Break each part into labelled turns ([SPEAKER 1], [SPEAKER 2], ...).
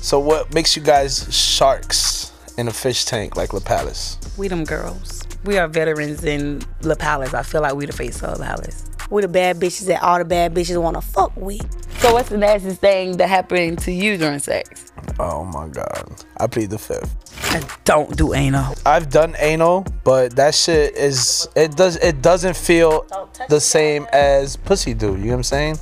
[SPEAKER 1] So what makes you guys sharks in a fish tank like La Palace?
[SPEAKER 2] We them girls. We are veterans in La Palace. I feel like we the face of La Palace.
[SPEAKER 3] We the bad bitches that all the bad bitches want to fuck with.
[SPEAKER 2] So what's the nastiest thing that happened to you during sex?
[SPEAKER 1] Oh my god. I plead the fifth.
[SPEAKER 2] I don't do anal.
[SPEAKER 1] I've done anal, but that shit is it does it doesn't feel the same as pussy do. You know what I'm saying?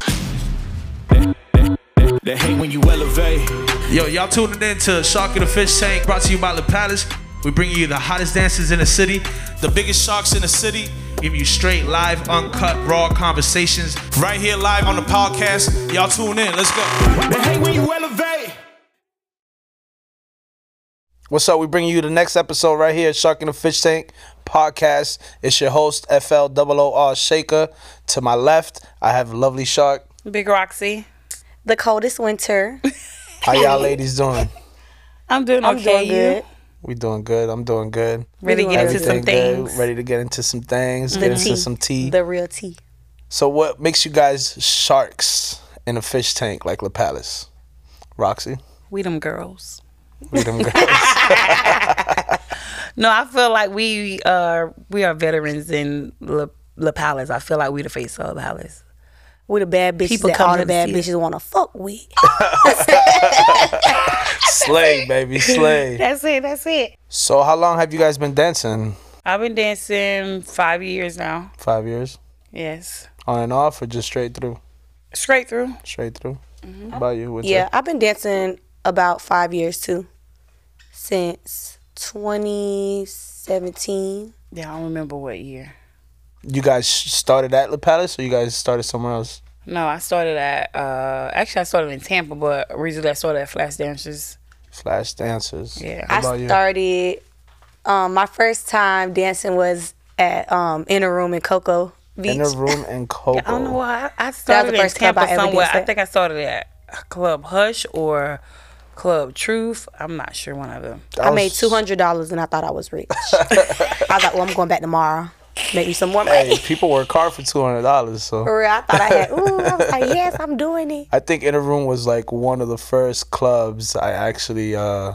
[SPEAKER 4] They hate when you elevate. Yo, y'all tuning in to Shark in the Fish Tank, brought to you by La Palace. We bringing you the hottest dancers in the city, the biggest sharks in the city, giving you straight, live, uncut, raw conversations right here live on the podcast. Y'all tune in. Let's go. They hate when you elevate.
[SPEAKER 1] What's up? We bringing you the next episode right here, Shark in the Fish Tank podcast. It's your host FLOOR Shaker. To my left, I have lovely shark.
[SPEAKER 2] Big Roxy.
[SPEAKER 3] The coldest winter.
[SPEAKER 1] How y'all ladies doing?
[SPEAKER 2] I'm doing
[SPEAKER 3] I'm
[SPEAKER 2] okay.
[SPEAKER 3] doing good.
[SPEAKER 2] You
[SPEAKER 1] We doing good. I'm doing good.
[SPEAKER 2] ready to
[SPEAKER 3] doing
[SPEAKER 2] get into some
[SPEAKER 1] Everything good.
[SPEAKER 2] things?
[SPEAKER 1] Ready to get into some things. get into
[SPEAKER 3] tea.
[SPEAKER 1] some tea.
[SPEAKER 3] The real tea.
[SPEAKER 1] so what makes you guys sharks in a fish tank like La Palace? Roxy,
[SPEAKER 2] We them girls.
[SPEAKER 1] we them girls.
[SPEAKER 2] No, I feel like we uh we are veterans in La, La Palace. I feel like we the face of La Palace.
[SPEAKER 3] We the bad bitches
[SPEAKER 2] People
[SPEAKER 3] that
[SPEAKER 2] come
[SPEAKER 3] all the
[SPEAKER 2] to
[SPEAKER 3] bad
[SPEAKER 2] see us.
[SPEAKER 3] bitches want to fuck with.
[SPEAKER 1] slay, baby, slay.
[SPEAKER 2] That's it. That's it.
[SPEAKER 1] So how long have you guys been dancing?
[SPEAKER 2] I've been dancing five years now.
[SPEAKER 1] Five years?
[SPEAKER 2] Yes,
[SPEAKER 1] On and off or just straight through?
[SPEAKER 2] straight through.
[SPEAKER 1] Straight through. How about you? What's
[SPEAKER 3] Yeah,
[SPEAKER 1] up?
[SPEAKER 3] I've been dancing about five years too, since 2017.
[SPEAKER 2] Yeah, I don't remember what year.
[SPEAKER 1] You guys started at La Palace or you guys started somewhere else?
[SPEAKER 2] No, I started at uh actually I started in Tampa, but originally I started at Flash Dancers.
[SPEAKER 1] Flash dancers.
[SPEAKER 2] Yeah.
[SPEAKER 1] How about
[SPEAKER 3] I
[SPEAKER 1] you?
[SPEAKER 3] started. Um, my first time dancing was at um, in a room in Cocoa Beach.
[SPEAKER 1] in a room in Cocoa.
[SPEAKER 2] I don't know why I, I started in
[SPEAKER 3] first club
[SPEAKER 2] Tampa
[SPEAKER 3] I ever
[SPEAKER 2] somewhere.
[SPEAKER 3] danced
[SPEAKER 2] I
[SPEAKER 3] at.
[SPEAKER 2] think I started at Club Hush or Club Truth. I'm not sure one of them.
[SPEAKER 3] I made two hundred dollars and I thought I was rich. I was like, "Well, I'm going back tomorrow, make me some more money."
[SPEAKER 1] Hey, people work hard for two hundred dollars. So
[SPEAKER 3] For real, I thought I had. Ooh, I was like, "Yes, I'm doing it."
[SPEAKER 1] I think Inner Room was like one of the first clubs I actually uh,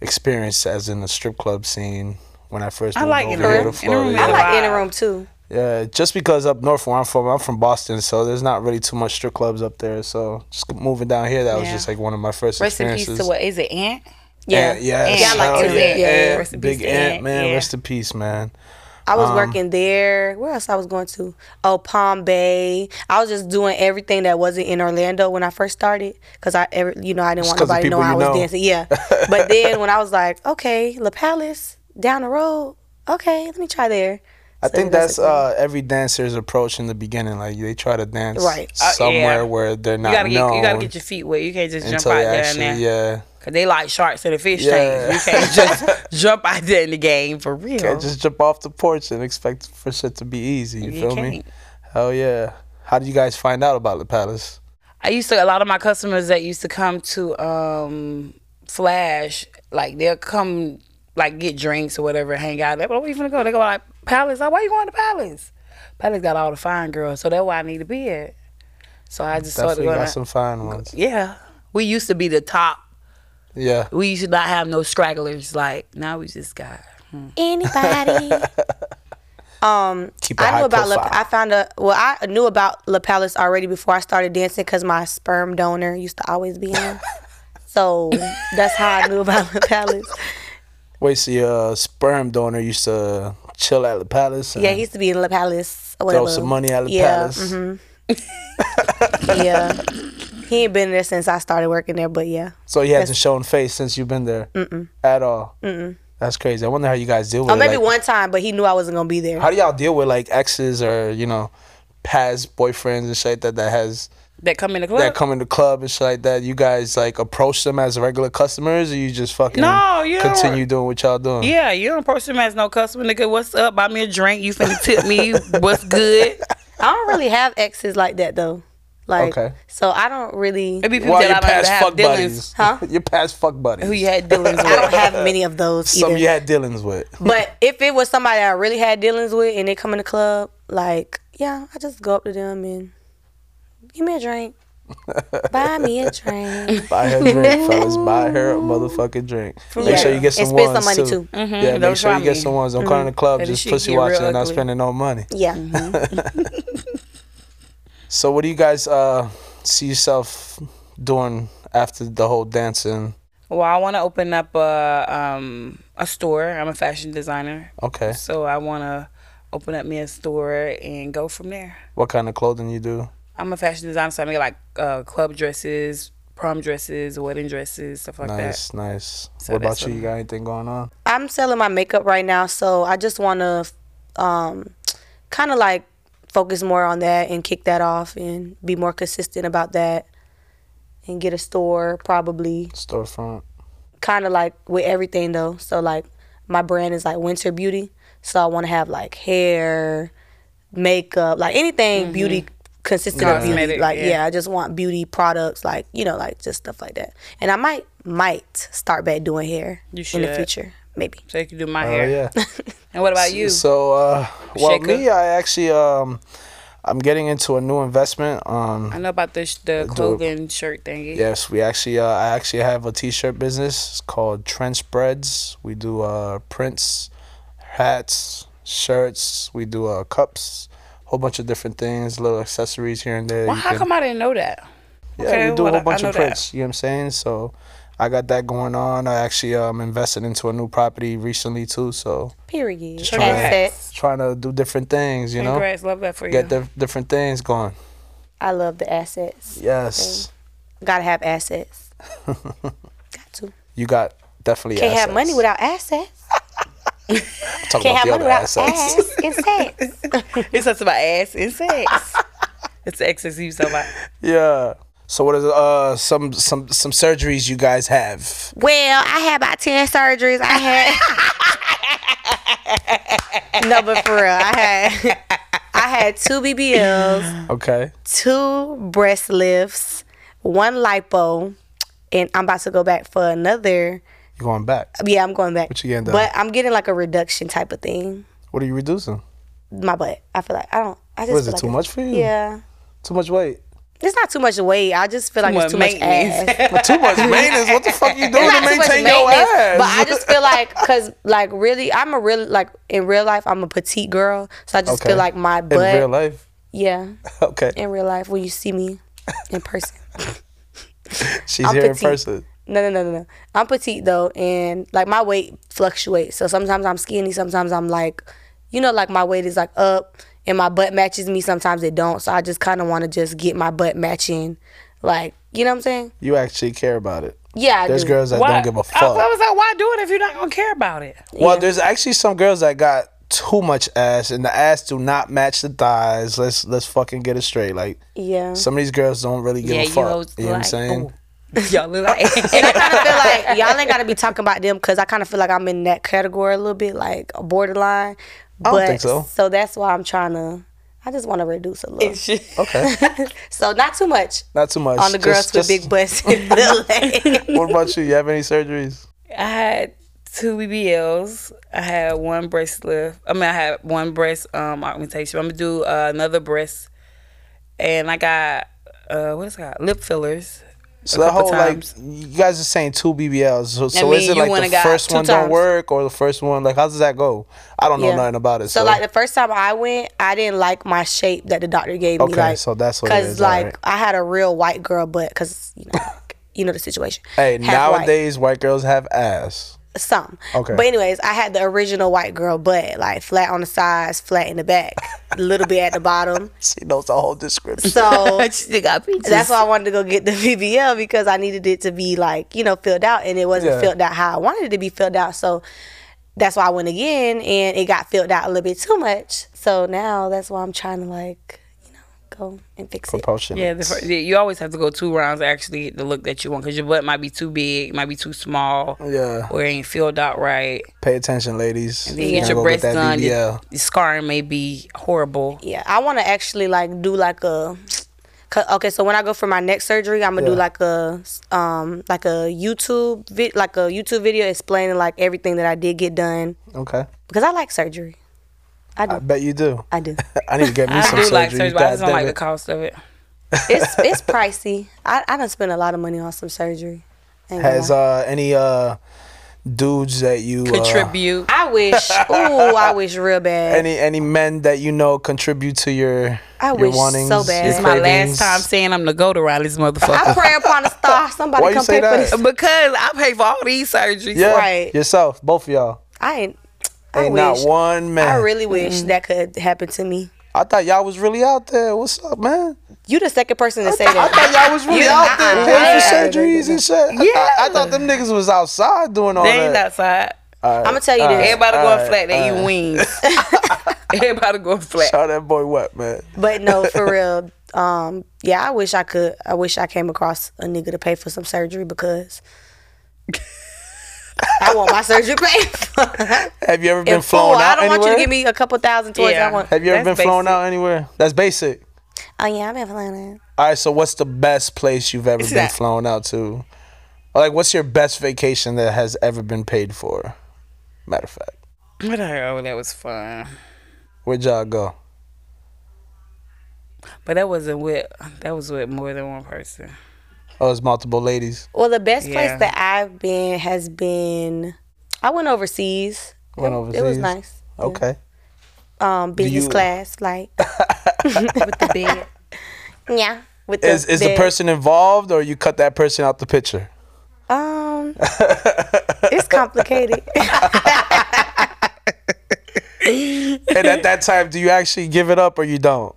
[SPEAKER 1] experienced as in the strip club scene when I first
[SPEAKER 2] I
[SPEAKER 1] moved
[SPEAKER 2] like
[SPEAKER 1] over
[SPEAKER 2] Inner
[SPEAKER 1] here
[SPEAKER 2] Room.
[SPEAKER 1] to
[SPEAKER 2] Inner
[SPEAKER 1] Florida.
[SPEAKER 2] Room is
[SPEAKER 3] I
[SPEAKER 1] yeah.
[SPEAKER 2] like-
[SPEAKER 3] like in a room too.
[SPEAKER 1] Yeah, just because up north where I'm from, I'm from Boston, so there's not really too much strip clubs up there. So just moving down here, that was
[SPEAKER 2] Yeah.
[SPEAKER 1] just like one of my first
[SPEAKER 2] Rest in
[SPEAKER 1] experiences.
[SPEAKER 2] peace to what is it, Aunt?
[SPEAKER 3] Yeah,
[SPEAKER 1] Ant, yes,
[SPEAKER 2] Yeah, I like
[SPEAKER 1] hell
[SPEAKER 2] Ant.
[SPEAKER 1] yeah,
[SPEAKER 2] Yeah, yeah,
[SPEAKER 1] Ant,
[SPEAKER 2] rest in peace
[SPEAKER 1] big
[SPEAKER 2] to
[SPEAKER 1] Ant,
[SPEAKER 2] Ant,
[SPEAKER 1] man,
[SPEAKER 2] yeah.
[SPEAKER 1] rest in peace, man.
[SPEAKER 3] I was
[SPEAKER 1] Um,
[SPEAKER 3] working there. Where else I was going to? Oh, Palm Bay. I was just doing everything that wasn't in Orlando when I first started, cause I, ever, you know, I didn't want
[SPEAKER 1] 'cause of
[SPEAKER 3] nobody to know
[SPEAKER 1] people
[SPEAKER 3] I
[SPEAKER 1] you
[SPEAKER 3] was
[SPEAKER 1] know.
[SPEAKER 3] dancing. Yeah, but then when I was like, okay, La Palace down the road. Okay, let me try there.
[SPEAKER 1] I think that's uh, every dancer's approach in the beginning. Like they try to dance Uh,
[SPEAKER 3] Right.
[SPEAKER 2] yeah.
[SPEAKER 1] somewhere where they're not
[SPEAKER 2] You gotta get
[SPEAKER 1] known
[SPEAKER 2] you gotta get your feet wet. You can't just jump
[SPEAKER 1] until
[SPEAKER 2] out
[SPEAKER 1] they
[SPEAKER 2] there
[SPEAKER 1] actually,
[SPEAKER 2] and there.
[SPEAKER 1] yeah.
[SPEAKER 2] Cause they like sharks in the fish
[SPEAKER 1] Yeah.
[SPEAKER 2] tank. You can't just jump out there in the game for real.
[SPEAKER 1] Can't just jump off the porch and expect for shit to be easy. You,
[SPEAKER 2] You
[SPEAKER 1] feel me?
[SPEAKER 2] can't.
[SPEAKER 1] Hell yeah. How did you guys find out about the palace?
[SPEAKER 2] I used to a lot of my customers that used to come to um Flash, like they'll come like get drinks or whatever, hang out. They're like, where you finna go? They go like Palace. Like, why you going to Palace? Palace got all the fine girls, so that's where I need to be at. So I just started
[SPEAKER 1] Definitely got
[SPEAKER 2] going. out-
[SPEAKER 1] some fine ones.
[SPEAKER 2] yeah, we used to be the top.
[SPEAKER 1] Yeah.
[SPEAKER 2] We used to not have no stragglers. Like now we just got.
[SPEAKER 3] anybody. um,
[SPEAKER 1] Keep it
[SPEAKER 3] I
[SPEAKER 1] high
[SPEAKER 3] knew about La,
[SPEAKER 1] profile.
[SPEAKER 3] I found a well, I knew about La Palace already before I started dancing because my sperm donor used to always be in. so that's how I knew about La Palace.
[SPEAKER 1] Wait, so your sperm donor used to chill at the palace? And
[SPEAKER 3] Yeah, he used to be in La Palace. or
[SPEAKER 1] throw
[SPEAKER 3] whatever.
[SPEAKER 1] some money at the
[SPEAKER 3] yeah,
[SPEAKER 2] mm-hmm.
[SPEAKER 1] palace.
[SPEAKER 3] mhm, yeah, he ain't been there since I started working there, but yeah.
[SPEAKER 1] So he hasn't shown face since you've been there at all. Mm-mm. That's crazy. I wonder how you guys deal with
[SPEAKER 3] Or
[SPEAKER 1] it.
[SPEAKER 3] Oh, maybe
[SPEAKER 1] like-
[SPEAKER 3] one time, but he knew I wasn't gonna be there.
[SPEAKER 1] How do y'all deal with like exes or you know past boyfriends and shit like that that has
[SPEAKER 2] That come in the club.
[SPEAKER 1] that come in the club and shit like that? You guys like approach them as regular customers or you just fucking
[SPEAKER 2] No, you don't.
[SPEAKER 1] continue doing what y'all doing?
[SPEAKER 2] Yeah, you don't approach them as no customer, nigga. What's up? Buy me a drink. You finna tip me. What's good?
[SPEAKER 3] I don't really have exes like that though. Like,
[SPEAKER 1] Okay.
[SPEAKER 3] so I don't really.
[SPEAKER 2] It be people
[SPEAKER 1] Well,
[SPEAKER 2] that
[SPEAKER 1] your
[SPEAKER 2] I might
[SPEAKER 1] past
[SPEAKER 2] have
[SPEAKER 1] fuck
[SPEAKER 2] dealings-
[SPEAKER 1] buddies,
[SPEAKER 3] Huh?
[SPEAKER 1] Your past fuck buddies.
[SPEAKER 2] Who you had dealings
[SPEAKER 3] I don't
[SPEAKER 2] with?
[SPEAKER 3] have many of those.
[SPEAKER 1] Some
[SPEAKER 3] either.
[SPEAKER 1] you had dealings with.
[SPEAKER 3] But if it was somebody I really had dealings with and they come in the club, like, yeah, I just go up to them and give me a drink. Buy me a drink.
[SPEAKER 1] Buy her a drink, fellas. Buy her a motherfucking drink. Make
[SPEAKER 3] real.
[SPEAKER 1] sure you get some
[SPEAKER 3] And spend some
[SPEAKER 1] ones
[SPEAKER 3] money,
[SPEAKER 1] too.
[SPEAKER 3] too.
[SPEAKER 1] Yeah, make
[SPEAKER 2] Mm-hmm. Don't
[SPEAKER 1] sure
[SPEAKER 2] try
[SPEAKER 1] you get
[SPEAKER 2] me. Mm-hmm.
[SPEAKER 1] some ones. Don't come in the club
[SPEAKER 2] That
[SPEAKER 1] just
[SPEAKER 2] shit
[SPEAKER 1] pussy
[SPEAKER 2] get real
[SPEAKER 1] watching and not
[SPEAKER 2] ugly.
[SPEAKER 1] spending no money.
[SPEAKER 3] Yeah.
[SPEAKER 1] So, what do you guys uh, see yourself doing after the whole dancing?
[SPEAKER 2] Well, I want to open up a um a store. I'm a fashion designer,
[SPEAKER 1] Okay,
[SPEAKER 2] so I want to open up me a store and go from there.
[SPEAKER 1] what kind of clothing you do?
[SPEAKER 2] I'm a fashion designer, so I make like uh, club dresses, prom dresses, wedding dresses, stuff like
[SPEAKER 1] Nice, nice.
[SPEAKER 2] So
[SPEAKER 1] what about
[SPEAKER 2] that's
[SPEAKER 1] you?
[SPEAKER 2] what-
[SPEAKER 1] You got anything going on?
[SPEAKER 3] I'm selling my makeup right now, so I just want to um, kind of like focus more on that and kick that off and be more consistent about that and get a store probably
[SPEAKER 1] Storefront.
[SPEAKER 3] kind of like with everything though. So like my brand is like winter beauty, so I want to have like hair, makeup, like anything beauty consistent with beauty.
[SPEAKER 2] Mm-hmm. Cosmetic,
[SPEAKER 3] Like
[SPEAKER 2] yeah.
[SPEAKER 3] yeah. I just want beauty products, like you know, like just stuff like that. And I might might start back doing hair
[SPEAKER 2] You
[SPEAKER 3] in the
[SPEAKER 2] should.
[SPEAKER 3] future, maybe.
[SPEAKER 2] that. So you can do my
[SPEAKER 1] Oh
[SPEAKER 2] hair.
[SPEAKER 1] yeah.
[SPEAKER 2] And what about you?
[SPEAKER 1] So, uh, well,
[SPEAKER 2] Shaker.
[SPEAKER 1] me, I actually, um, I'm getting into a new investment. Um,
[SPEAKER 2] I know about the sh- the clothing shirt thingy.
[SPEAKER 1] Yes, we actually uh, I actually have a t-shirt business it's called Trench Breads. We do uh prints, hats, shirts, we do uh cups, whole bunch of different things, little accessories here and there.
[SPEAKER 2] Well,
[SPEAKER 1] You
[SPEAKER 2] how
[SPEAKER 1] can-
[SPEAKER 2] come I didn't know that?
[SPEAKER 1] yeah,
[SPEAKER 2] okay,
[SPEAKER 1] we do
[SPEAKER 2] well,
[SPEAKER 1] a
[SPEAKER 2] I
[SPEAKER 1] whole bunch
[SPEAKER 2] know
[SPEAKER 1] of
[SPEAKER 2] that.
[SPEAKER 1] prints, you know what I'm saying? So I got that going on. I actually um invested into a new property recently too, so
[SPEAKER 3] Period.
[SPEAKER 1] Just trying to-
[SPEAKER 3] Assets.
[SPEAKER 1] trying to do different things, you know.
[SPEAKER 2] Congrats, love that for
[SPEAKER 1] Get
[SPEAKER 2] you.
[SPEAKER 1] the different things going.
[SPEAKER 3] I love the assets.
[SPEAKER 1] Yes.
[SPEAKER 3] Gotta have assets. Got to.
[SPEAKER 1] You got definitely
[SPEAKER 3] Can't have
[SPEAKER 1] assets.
[SPEAKER 3] money without assets.
[SPEAKER 1] Talk about
[SPEAKER 3] Can't have
[SPEAKER 1] the
[SPEAKER 3] money
[SPEAKER 1] other
[SPEAKER 3] without
[SPEAKER 1] assets.
[SPEAKER 3] ass and sex.
[SPEAKER 2] It's just about ass and sex. it's the excess you so about.
[SPEAKER 1] Yeah. So what is uh some some some surgeries you guys have?
[SPEAKER 3] Well, I had about ten surgeries. I had no, but for real, I had I had two BBLs,
[SPEAKER 1] Okay.
[SPEAKER 3] two breast lifts, one lipo, and I'm about to go back for another.
[SPEAKER 1] You going back?
[SPEAKER 3] Yeah, I'm going back.
[SPEAKER 1] What you getting done?
[SPEAKER 3] But I'm getting like a reduction type of thing.
[SPEAKER 1] What are you reducing?
[SPEAKER 3] My butt. I feel like I don't. I just
[SPEAKER 1] What is
[SPEAKER 3] feel
[SPEAKER 1] it
[SPEAKER 3] like
[SPEAKER 1] too
[SPEAKER 3] it's-
[SPEAKER 1] much for you?
[SPEAKER 3] Yeah.
[SPEAKER 1] Too much weight.
[SPEAKER 3] It's not too much weight. I just feel like
[SPEAKER 2] much
[SPEAKER 3] it's too much
[SPEAKER 2] maintenance.
[SPEAKER 3] ass.
[SPEAKER 1] But too much maintenance. What the fuck you doing to
[SPEAKER 3] It's not too much
[SPEAKER 1] maintain your
[SPEAKER 3] maintenance,
[SPEAKER 1] ass?
[SPEAKER 3] But I just feel like, cause like really, I'm a real like in real life, I'm a petite girl, so I just feel like my butt.
[SPEAKER 1] in real life.
[SPEAKER 3] Yeah,
[SPEAKER 1] Okay.
[SPEAKER 3] in real life, when you see me in person.
[SPEAKER 1] She's
[SPEAKER 3] I'm
[SPEAKER 1] here
[SPEAKER 3] petite.
[SPEAKER 1] in person.
[SPEAKER 3] No, no, no, no, no. I'm petite though, and like my weight fluctuates. So sometimes I'm skinny, sometimes I'm like, you know, like my weight is like up, and my butt matches me. Sometimes it don't. So I just kind of want to just get my butt matching, like you know what I'm saying?
[SPEAKER 1] You actually care about it.
[SPEAKER 3] Yeah, I
[SPEAKER 1] There's
[SPEAKER 3] do.
[SPEAKER 1] girls that
[SPEAKER 2] Why-
[SPEAKER 1] don't give a
[SPEAKER 2] I, was- I
[SPEAKER 1] fuck.
[SPEAKER 2] was like, why do it if you're not gonna care about it?
[SPEAKER 1] Well, there's actually some girls that got too much ass, and the ass do not match the thighs. Let's let's fucking get it straight. Like
[SPEAKER 3] Yeah.
[SPEAKER 1] some of these girls don't really give
[SPEAKER 2] Yeah,
[SPEAKER 1] a
[SPEAKER 2] you
[SPEAKER 1] fuck.
[SPEAKER 2] hoes
[SPEAKER 1] You, know what I'm
[SPEAKER 2] like,
[SPEAKER 1] saying?
[SPEAKER 2] ooh. Y'all look like
[SPEAKER 3] And I kind of feel like y'all ain't gotta be talking about them because I kind of feel like I'm in that category a little bit, like borderline. But,
[SPEAKER 1] don't think so.
[SPEAKER 3] that's why I'm trying to. I just want to reduce a little.
[SPEAKER 1] Okay.
[SPEAKER 3] so not too much
[SPEAKER 1] Not too much.
[SPEAKER 3] on the girls
[SPEAKER 1] Just-
[SPEAKER 3] with
[SPEAKER 1] just-
[SPEAKER 3] big butts. and big legs.
[SPEAKER 1] What about you? You have any surgeries?
[SPEAKER 2] I had two BBLs. I had one breast lift. I mean, I had one breast um augmentation. I'm gonna do uh, another breast, and I got uh what is it called? Lip fillers.
[SPEAKER 1] So that whole
[SPEAKER 2] couple times.
[SPEAKER 1] like you guys are saying two BBLs. So, so
[SPEAKER 2] mean,
[SPEAKER 1] is it
[SPEAKER 2] you
[SPEAKER 1] like
[SPEAKER 2] went
[SPEAKER 1] the
[SPEAKER 2] and got
[SPEAKER 1] first
[SPEAKER 2] two
[SPEAKER 1] one don't
[SPEAKER 3] times.
[SPEAKER 1] work or the first one like how does that go? I don't know
[SPEAKER 3] Yeah.
[SPEAKER 1] nothing about it. So,
[SPEAKER 3] So like the first time I went, I didn't like my shape that the doctor gave me.
[SPEAKER 1] Okay,
[SPEAKER 3] like,
[SPEAKER 1] so that's what it is,
[SPEAKER 3] like
[SPEAKER 1] alright.
[SPEAKER 3] I had a real white girl butt because you know. You know the situation.
[SPEAKER 1] hey,
[SPEAKER 3] Half white.
[SPEAKER 1] nowadays white girls have ass.
[SPEAKER 3] some.
[SPEAKER 1] Okay.
[SPEAKER 3] But anyways, I had the original white girl butt, like flat on the sides, flat in the back, a little bit at the bottom.
[SPEAKER 1] She knows the whole description.
[SPEAKER 3] So
[SPEAKER 2] Oh, She got peaches.
[SPEAKER 3] that's why I wanted to go get the VBL because I needed it to be like you know filled out, and it wasn't
[SPEAKER 1] Yeah.
[SPEAKER 3] filled out how I wanted it to be filled out. So that's why I went again, and it got filled out a little bit too much. So now that's why I'm trying to like you know go and fix it.
[SPEAKER 1] Propulsion.
[SPEAKER 2] Yeah, the first, you always have to go two rounds to actually get the look that you want because your butt might be too big, might be too small,
[SPEAKER 1] Oh, Yeah.
[SPEAKER 2] or it ain't filled out right.
[SPEAKER 1] Pay attention, ladies.
[SPEAKER 2] Then you
[SPEAKER 1] You're
[SPEAKER 2] get
[SPEAKER 1] gonna
[SPEAKER 2] your
[SPEAKER 1] go get
[SPEAKER 2] breast done.
[SPEAKER 1] BBL.
[SPEAKER 2] Your, your scarring may be horrible.
[SPEAKER 3] Yeah, I want to actually like do like a. 'cause- Okay, so when I go for my next surgery, I'm gonna do
[SPEAKER 1] Yeah.
[SPEAKER 3] like a um like a YouTube vid like a YouTube video explaining like everything that I did get done
[SPEAKER 1] Okay.
[SPEAKER 3] because I like surgery. I do.
[SPEAKER 1] I bet you do.
[SPEAKER 3] I do.
[SPEAKER 1] I need to get me
[SPEAKER 2] I
[SPEAKER 1] some
[SPEAKER 2] do
[SPEAKER 1] surgery.
[SPEAKER 2] like surgery, but I
[SPEAKER 1] God
[SPEAKER 2] just don't
[SPEAKER 1] damn
[SPEAKER 2] like
[SPEAKER 1] it.
[SPEAKER 2] the cost of it.
[SPEAKER 3] It's it's pricey. I I done spent a lot of money on some surgery. Ain't gonna
[SPEAKER 1] Has
[SPEAKER 3] lie.
[SPEAKER 1] uh any uh dudes that you uh,
[SPEAKER 2] Contribute.
[SPEAKER 3] I wish. Ooh, I wish real bad.
[SPEAKER 1] any any men that you know contribute to your
[SPEAKER 3] I
[SPEAKER 1] your
[SPEAKER 3] wish so
[SPEAKER 1] wantings?
[SPEAKER 3] bad.
[SPEAKER 1] your
[SPEAKER 3] It's
[SPEAKER 2] my
[SPEAKER 1] cravings?
[SPEAKER 2] last time saying I'm the go to around this motherfucker.
[SPEAKER 3] I pray upon a star. Somebody
[SPEAKER 1] Why you
[SPEAKER 3] come
[SPEAKER 1] say
[SPEAKER 3] pay for
[SPEAKER 1] that?
[SPEAKER 3] this.
[SPEAKER 2] because I pay for all these surgeries.
[SPEAKER 1] Yeah,
[SPEAKER 3] Right.
[SPEAKER 1] yourself, both of y'all.
[SPEAKER 3] I ain't. I
[SPEAKER 1] Ain't
[SPEAKER 3] wish.
[SPEAKER 1] not one man.
[SPEAKER 3] I really wish that could happen to me.
[SPEAKER 1] I thought y'all was really out there. What's up, man?
[SPEAKER 3] You the second person to say
[SPEAKER 1] I
[SPEAKER 3] that.
[SPEAKER 1] thought y'all was really
[SPEAKER 3] You-
[SPEAKER 1] out there
[SPEAKER 3] uh-uh.
[SPEAKER 1] paying
[SPEAKER 3] Yeah.
[SPEAKER 1] for surgeries and shit. I, thought, I
[SPEAKER 2] Yeah.
[SPEAKER 1] thought them niggas was outside doing all
[SPEAKER 2] They ain't
[SPEAKER 1] that. Uh,
[SPEAKER 2] outside.
[SPEAKER 3] I'm gonna tell you this,
[SPEAKER 2] Everybody
[SPEAKER 1] All
[SPEAKER 2] going
[SPEAKER 1] right,
[SPEAKER 2] flat. They eat wings. Everybody going flat.
[SPEAKER 1] Shout that boy what, man?
[SPEAKER 3] but no, for real. Um, yeah, I wish I could. I wish I came across a nigga to pay for some surgery because I want my surgery paid for.
[SPEAKER 1] Have you ever been
[SPEAKER 3] In full.
[SPEAKER 1] flown
[SPEAKER 3] I
[SPEAKER 1] out
[SPEAKER 3] don't
[SPEAKER 1] anywhere?
[SPEAKER 3] want you to give me a couple thousand towards.
[SPEAKER 2] Yeah.
[SPEAKER 3] I want.
[SPEAKER 1] Have you ever
[SPEAKER 2] That's
[SPEAKER 1] been flown
[SPEAKER 2] basic.
[SPEAKER 1] out anywhere? That's basic.
[SPEAKER 3] Oh yeah, I've been flying.
[SPEAKER 1] All right, so what's the best place you've ever been
[SPEAKER 2] that-
[SPEAKER 1] flown out to? Or, Like, what's your best vacation that has ever been paid for? Matter of fact,
[SPEAKER 2] What the hell? That was fun.
[SPEAKER 1] where'd y'all go?
[SPEAKER 2] But that wasn't with that was with more than one person.
[SPEAKER 1] Oh, it's multiple ladies.
[SPEAKER 3] Well, the best
[SPEAKER 2] Yeah.
[SPEAKER 3] place that I've been has been. I went overseas.
[SPEAKER 1] Went
[SPEAKER 3] It-
[SPEAKER 1] overseas.
[SPEAKER 3] It was nice.
[SPEAKER 1] Okay.
[SPEAKER 3] Um, business
[SPEAKER 1] you-
[SPEAKER 3] class, like
[SPEAKER 2] With the bed.
[SPEAKER 3] yeah. With
[SPEAKER 1] Is is the
[SPEAKER 3] bed.
[SPEAKER 1] person involved, or you cut that person out the picture?
[SPEAKER 3] Um, it's complicated.
[SPEAKER 1] and at that time, do you actually give it up or you don't?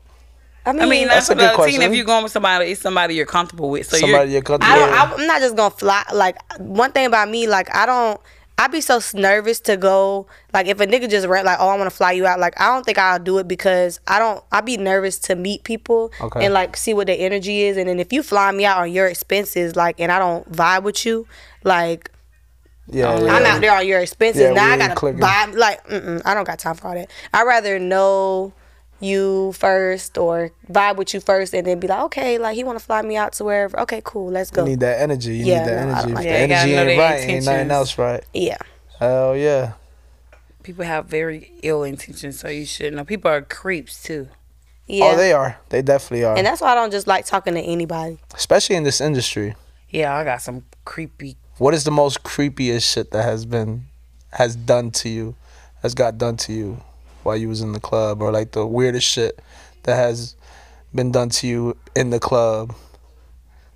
[SPEAKER 3] I mean,
[SPEAKER 2] I mean,
[SPEAKER 1] That's
[SPEAKER 2] that's,
[SPEAKER 1] a good
[SPEAKER 2] another thing.
[SPEAKER 1] question.
[SPEAKER 2] If you're going with somebody, it's somebody you're comfortable with. So
[SPEAKER 1] Somebody
[SPEAKER 2] you're,
[SPEAKER 1] you're comfortable
[SPEAKER 3] I don't.
[SPEAKER 1] with.
[SPEAKER 3] I, am not just gonna fly. Like one thing about me, like I don't. I be so nervous to go. Like if a nigga just rent, like oh I want to fly you out. Like I don't think I'll do it because I don't. I be nervous to meet people
[SPEAKER 1] Okay.
[SPEAKER 3] and like see what their energy is. And then if you fly me out on your expenses, like and I don't vibe with you, like
[SPEAKER 1] yeah, yeah.
[SPEAKER 3] I'm out there on your expenses.
[SPEAKER 1] Yeah, we
[SPEAKER 3] now I
[SPEAKER 1] ain't
[SPEAKER 3] gotta
[SPEAKER 1] clicking.
[SPEAKER 3] buy. Like, mm-mm, I don't got time for all that. I'd rather know you first or vibe with you first, and then be like, okay, like he want to fly me out to wherever. Okay, cool, let's
[SPEAKER 1] You
[SPEAKER 3] go.
[SPEAKER 1] need that energy. You
[SPEAKER 3] Yeah,
[SPEAKER 1] need that
[SPEAKER 3] no, I
[SPEAKER 1] energy.
[SPEAKER 3] don't like
[SPEAKER 1] If
[SPEAKER 2] that.
[SPEAKER 1] the
[SPEAKER 2] Yeah,
[SPEAKER 1] energy
[SPEAKER 2] you gotta know
[SPEAKER 1] ain't
[SPEAKER 2] their
[SPEAKER 1] right, ain't nothing
[SPEAKER 2] intentions.
[SPEAKER 1] else right.
[SPEAKER 3] Yeah,
[SPEAKER 1] Hell yeah.
[SPEAKER 2] people have very ill intentions, so you should know. People are creeps too.
[SPEAKER 3] yeah.
[SPEAKER 1] Oh, they are. They definitely are.
[SPEAKER 3] and that's why I don't just like talking to anybody.
[SPEAKER 1] Especially in this industry.
[SPEAKER 2] Yeah, I got some creepy.
[SPEAKER 1] What is the most creepiest shit that has been has done to you, has got done to you while you was in the club, or like the weirdest shit that has been done to you in the club?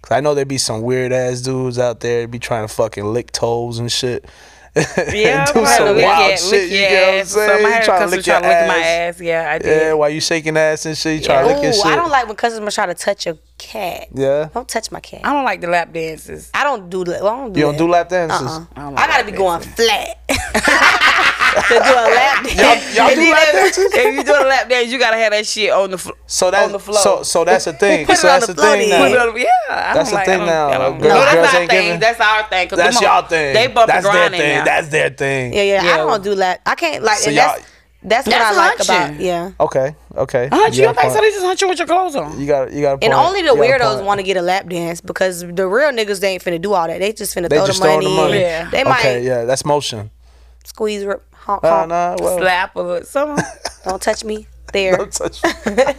[SPEAKER 1] Cause I know there be some weird ass dudes out there be trying to fucking lick toes and shit.
[SPEAKER 2] Yeah,
[SPEAKER 1] do some wild shit. You get what I'm saying?
[SPEAKER 2] I
[SPEAKER 1] You
[SPEAKER 2] had
[SPEAKER 1] trying to
[SPEAKER 2] a customer
[SPEAKER 1] lick your
[SPEAKER 2] try to lick my
[SPEAKER 1] ass.
[SPEAKER 2] ass. Yeah, I did.
[SPEAKER 1] Yeah, while you shaking ass and shit, you trying to lick your
[SPEAKER 3] Ooh,
[SPEAKER 1] shit.
[SPEAKER 3] I don't like when customers try to touch your cat.
[SPEAKER 1] yeah,
[SPEAKER 3] Don't touch my cat.
[SPEAKER 2] I don't like the lap dances.
[SPEAKER 3] I don't do that. I don't do
[SPEAKER 1] you don't
[SPEAKER 3] that.
[SPEAKER 1] do lap dances.
[SPEAKER 3] Uh-uh.
[SPEAKER 2] I
[SPEAKER 3] I,
[SPEAKER 2] don't like
[SPEAKER 3] gotta
[SPEAKER 2] lap
[SPEAKER 3] be going flat to do a lap dance.
[SPEAKER 1] Y'all
[SPEAKER 2] And
[SPEAKER 1] do
[SPEAKER 2] then
[SPEAKER 1] lap
[SPEAKER 2] if-
[SPEAKER 1] dances?
[SPEAKER 2] If you do a lap dance, you gotta have that shit on the floor.
[SPEAKER 1] So that's
[SPEAKER 2] on the floor.
[SPEAKER 1] so so that's the thing.
[SPEAKER 3] Put it
[SPEAKER 1] so
[SPEAKER 3] on
[SPEAKER 1] that's
[SPEAKER 3] the
[SPEAKER 1] the
[SPEAKER 3] floor
[SPEAKER 1] thing
[SPEAKER 3] then.
[SPEAKER 1] now.
[SPEAKER 3] Put
[SPEAKER 2] Yeah, I
[SPEAKER 1] That's
[SPEAKER 2] don't
[SPEAKER 1] the
[SPEAKER 2] like,
[SPEAKER 1] thing
[SPEAKER 2] I don't,
[SPEAKER 1] now.
[SPEAKER 2] I don't,
[SPEAKER 1] Girls-
[SPEAKER 2] no, that's
[SPEAKER 1] girls
[SPEAKER 2] not
[SPEAKER 1] ain't
[SPEAKER 2] thing.
[SPEAKER 1] giving-
[SPEAKER 2] That's our thing. 'cause
[SPEAKER 1] That's
[SPEAKER 2] them
[SPEAKER 1] y'all
[SPEAKER 2] hoes-
[SPEAKER 1] thing.
[SPEAKER 2] They bump
[SPEAKER 1] that's
[SPEAKER 2] and grind
[SPEAKER 1] their thing.
[SPEAKER 2] now.
[SPEAKER 1] That's their thing.
[SPEAKER 3] Yeah, yeah,
[SPEAKER 2] Yeah.
[SPEAKER 3] I don't do lap. I can't like.
[SPEAKER 1] So
[SPEAKER 3] and
[SPEAKER 1] y'all-
[SPEAKER 3] that's that's what
[SPEAKER 2] That's
[SPEAKER 3] I like
[SPEAKER 2] luncheon.
[SPEAKER 3] about yeah.
[SPEAKER 1] Okay. Okay.
[SPEAKER 3] Oh,
[SPEAKER 2] Hunt you.
[SPEAKER 1] got
[SPEAKER 2] I
[SPEAKER 1] a
[SPEAKER 2] think so.
[SPEAKER 1] point.
[SPEAKER 2] They just hunt you with your clothes on.
[SPEAKER 1] You got you got a point.
[SPEAKER 3] And only the
[SPEAKER 1] You got a
[SPEAKER 3] weirdos
[SPEAKER 1] point.
[SPEAKER 3] want to get a lap dance because the real niggas they ain't finna do all that. They just finna
[SPEAKER 1] They
[SPEAKER 3] throw
[SPEAKER 1] just
[SPEAKER 3] the money.
[SPEAKER 1] throwing the money.
[SPEAKER 3] in.
[SPEAKER 2] Yeah.
[SPEAKER 3] They
[SPEAKER 1] Okay.
[SPEAKER 3] might
[SPEAKER 1] Yeah. That's motion.
[SPEAKER 3] squeeze, rip, honk,
[SPEAKER 1] Nah.
[SPEAKER 3] honk.
[SPEAKER 1] Nah. Well.
[SPEAKER 2] Slap or something.
[SPEAKER 3] Don't touch me there.
[SPEAKER 1] don't touch-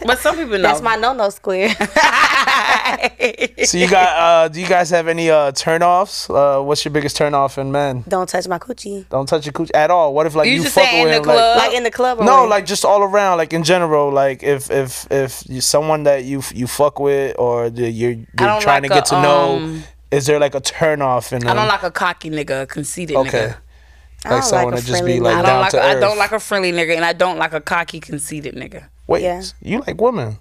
[SPEAKER 2] But some people know.
[SPEAKER 3] That's my no-no square.
[SPEAKER 1] so you got uh do you guys have any uh turnoffs? Uh what's your biggest turnoff in men?
[SPEAKER 3] Don't touch my coochie.
[SPEAKER 1] Don't touch your cooch at all. What if like
[SPEAKER 2] You
[SPEAKER 1] you,
[SPEAKER 2] just
[SPEAKER 1] fuck
[SPEAKER 2] say
[SPEAKER 1] with
[SPEAKER 2] in
[SPEAKER 1] him
[SPEAKER 2] the club?
[SPEAKER 1] like
[SPEAKER 3] Like in the club. Or
[SPEAKER 1] Uh, no,
[SPEAKER 3] what?
[SPEAKER 1] like just all around, like in general, like if if if you, someone that you you fuck with or the, you're, you're
[SPEAKER 2] don't
[SPEAKER 1] trying to
[SPEAKER 2] like
[SPEAKER 1] get
[SPEAKER 2] a,
[SPEAKER 1] to know,
[SPEAKER 2] um,
[SPEAKER 1] is there like a turnoff in?
[SPEAKER 2] I don't
[SPEAKER 1] them?
[SPEAKER 2] like a cocky nigga, a conceited
[SPEAKER 1] Okay.
[SPEAKER 2] nigga.
[SPEAKER 3] I
[SPEAKER 1] Like
[SPEAKER 3] don't
[SPEAKER 1] someone
[SPEAKER 3] like a
[SPEAKER 1] that just be
[SPEAKER 3] friendly
[SPEAKER 1] like
[SPEAKER 2] I
[SPEAKER 3] nigga.
[SPEAKER 1] down
[SPEAKER 2] don't like
[SPEAKER 1] to
[SPEAKER 2] a,
[SPEAKER 1] earth.
[SPEAKER 2] I don't like a friendly nigga, and I don't like a cocky, conceited nigga.
[SPEAKER 1] Wait,
[SPEAKER 3] Yeah.
[SPEAKER 1] you like women?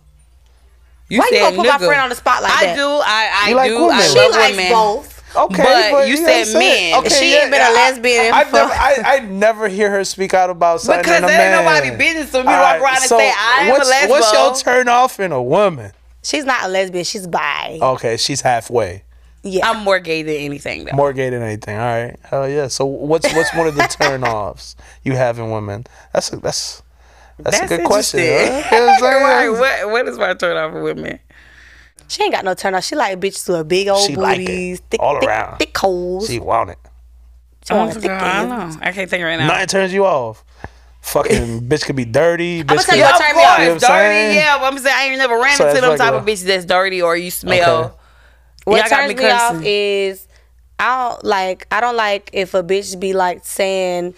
[SPEAKER 2] You
[SPEAKER 3] Why you
[SPEAKER 2] said
[SPEAKER 3] gonna put
[SPEAKER 2] nigga.
[SPEAKER 3] my friend on the spot like
[SPEAKER 2] I
[SPEAKER 3] that?
[SPEAKER 2] do. I, I
[SPEAKER 1] You like
[SPEAKER 2] do.
[SPEAKER 1] women.
[SPEAKER 2] I
[SPEAKER 1] She
[SPEAKER 3] She
[SPEAKER 2] love
[SPEAKER 3] likes
[SPEAKER 2] women.
[SPEAKER 3] both.
[SPEAKER 1] Okay,
[SPEAKER 2] But you
[SPEAKER 1] gotta
[SPEAKER 2] said
[SPEAKER 1] say it.
[SPEAKER 2] men.
[SPEAKER 3] She ain't been a
[SPEAKER 1] I-
[SPEAKER 3] lesbian
[SPEAKER 1] I, I,
[SPEAKER 3] for-
[SPEAKER 1] never, I, I never hear her speak out about something.
[SPEAKER 2] Because
[SPEAKER 1] in a
[SPEAKER 2] there ain't
[SPEAKER 1] man.
[SPEAKER 2] nobody business for me to
[SPEAKER 1] All
[SPEAKER 2] walk around and say, "I am a
[SPEAKER 1] what's,
[SPEAKER 2] lesbo."
[SPEAKER 1] What's your turn off in a woman?
[SPEAKER 3] She's not a lesbian. She's bi.
[SPEAKER 1] Okay, she's halfway.
[SPEAKER 3] Yeah.
[SPEAKER 2] I'm more gay than anything, though.
[SPEAKER 1] More gay than anything. All right. Hell yeah. So what's what's one of the turn offs you have in women? That's a, that's that's, a
[SPEAKER 2] That's
[SPEAKER 1] good question. Huh?
[SPEAKER 2] interesting.
[SPEAKER 1] You know what I'm
[SPEAKER 2] Right,
[SPEAKER 1] saying?
[SPEAKER 2] what, what is my turn off with women?
[SPEAKER 3] she ain't got no turn off. She like bitches with big old
[SPEAKER 1] She like it.
[SPEAKER 3] booties, thick,
[SPEAKER 1] All
[SPEAKER 3] thick,
[SPEAKER 1] around.
[SPEAKER 3] thick holes.
[SPEAKER 1] She want it.
[SPEAKER 3] She want a thick
[SPEAKER 2] Oh, I
[SPEAKER 3] ass.
[SPEAKER 2] don't know. I can't think right now.
[SPEAKER 1] Nothing turns you off. Fucking bitch could be dirty. Bitch
[SPEAKER 3] I'ma
[SPEAKER 1] could
[SPEAKER 3] tell
[SPEAKER 1] be-
[SPEAKER 3] you what turned me off.
[SPEAKER 1] know what I'm
[SPEAKER 2] dirty,
[SPEAKER 1] saying?
[SPEAKER 2] yeah. But I'm saying I ain't never ran
[SPEAKER 1] So that's
[SPEAKER 2] into them
[SPEAKER 1] like
[SPEAKER 2] type
[SPEAKER 1] a-
[SPEAKER 2] of bitches that's dirty or you smell.
[SPEAKER 1] Okay.
[SPEAKER 3] What
[SPEAKER 2] Y'all got
[SPEAKER 3] turns
[SPEAKER 2] me
[SPEAKER 3] me, off
[SPEAKER 2] cursing.
[SPEAKER 3] is I don't like I don't like if a bitch be like saying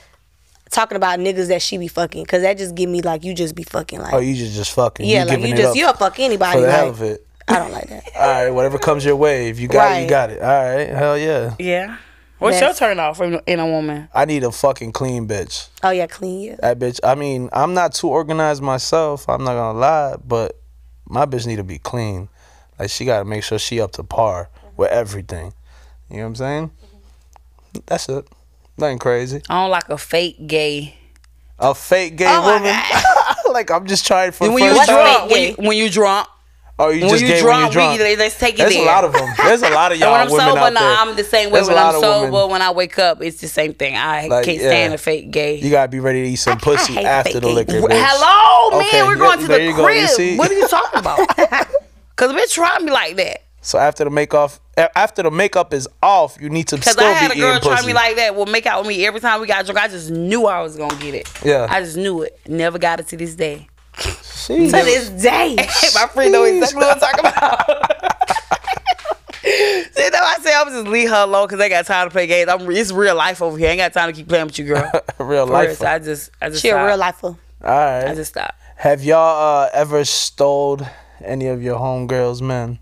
[SPEAKER 3] talking about niggas that she be fucking because that just give me like you just be fucking like
[SPEAKER 1] Oh, you just just fucking.
[SPEAKER 3] yeah
[SPEAKER 1] you
[SPEAKER 3] like
[SPEAKER 1] giving
[SPEAKER 3] you
[SPEAKER 1] it
[SPEAKER 3] just
[SPEAKER 1] up
[SPEAKER 3] you'll fuck anybody
[SPEAKER 1] for the
[SPEAKER 3] like,
[SPEAKER 1] hell of it.
[SPEAKER 3] I don't like that.
[SPEAKER 1] All right, whatever comes your way, if you got it, you
[SPEAKER 3] Right.
[SPEAKER 1] got it. All right, hell yeah.
[SPEAKER 2] Yeah. What's
[SPEAKER 3] That's-
[SPEAKER 2] your turn off in, in a woman?
[SPEAKER 1] I need a fucking clean bitch.
[SPEAKER 3] Oh yeah, clean yeah.
[SPEAKER 1] That bitch. I mean, I'm not too organized myself. I'm not gonna lie, but my bitch need to be clean. Like she gotta make sure she up to par with everything. You know what I'm saying? That's it. Nothing crazy.
[SPEAKER 2] I don't like a fake gay.
[SPEAKER 1] A fake gay
[SPEAKER 3] my
[SPEAKER 1] woman. like I'm just trying for.
[SPEAKER 2] Oh When you
[SPEAKER 1] first time.
[SPEAKER 2] drunk,
[SPEAKER 3] fake
[SPEAKER 2] when you,
[SPEAKER 3] gay?
[SPEAKER 2] when you drunk,
[SPEAKER 1] Oh, you
[SPEAKER 2] when
[SPEAKER 1] just
[SPEAKER 2] you
[SPEAKER 1] gay when
[SPEAKER 2] drunk,
[SPEAKER 1] you drunk.
[SPEAKER 2] we- let- let's take it
[SPEAKER 1] There's
[SPEAKER 2] there.
[SPEAKER 1] a lot of them. There's a lot of y'all
[SPEAKER 2] when I'm
[SPEAKER 1] women
[SPEAKER 2] sober,
[SPEAKER 1] out
[SPEAKER 2] nah,
[SPEAKER 1] there.
[SPEAKER 2] I'm the same way.
[SPEAKER 1] There's a
[SPEAKER 2] When
[SPEAKER 1] lot
[SPEAKER 2] I'm
[SPEAKER 1] of
[SPEAKER 2] sober,
[SPEAKER 1] women.
[SPEAKER 2] when I wake up, it's the same thing. I
[SPEAKER 1] Like,
[SPEAKER 2] can't
[SPEAKER 1] yeah.
[SPEAKER 2] stand a fake gay.
[SPEAKER 1] You gotta be ready to eat some pussy
[SPEAKER 3] hate
[SPEAKER 1] after
[SPEAKER 3] fake
[SPEAKER 1] the
[SPEAKER 3] gay.
[SPEAKER 1] liquor.
[SPEAKER 2] Wh-
[SPEAKER 1] Bitch.
[SPEAKER 2] Hello,
[SPEAKER 1] Okay,
[SPEAKER 2] man. We're
[SPEAKER 1] yeah,
[SPEAKER 2] going to
[SPEAKER 1] there
[SPEAKER 2] the
[SPEAKER 1] you go, you
[SPEAKER 2] crib.
[SPEAKER 1] see?
[SPEAKER 2] what are you talking about? Cause bitch try me like that.
[SPEAKER 1] So after the make off, a- after the makeup is off, you need to
[SPEAKER 2] Cause
[SPEAKER 1] still
[SPEAKER 2] I had a
[SPEAKER 1] be
[SPEAKER 2] girl
[SPEAKER 1] eating
[SPEAKER 2] try
[SPEAKER 1] pussy.
[SPEAKER 2] me like that. Will make out with me every time we got drunk. I just knew I was gonna get it.
[SPEAKER 1] Yeah.
[SPEAKER 2] I just knew it. Never got it to this day.
[SPEAKER 1] Jeez.
[SPEAKER 3] To this day,
[SPEAKER 2] My friend know exactly what I'm talking about. See, that's why I say I'm just leave her alone because I got time to play games. I'm, it's real life over here. I ain't got time to keep playing with you, girl.
[SPEAKER 1] real
[SPEAKER 2] For real,
[SPEAKER 1] life.
[SPEAKER 2] so I just, I just
[SPEAKER 3] she a
[SPEAKER 2] stopped.
[SPEAKER 3] real lifer.
[SPEAKER 1] All right.
[SPEAKER 2] I just stopped.
[SPEAKER 1] Have y'all uh, ever stole any of your homegirls' men?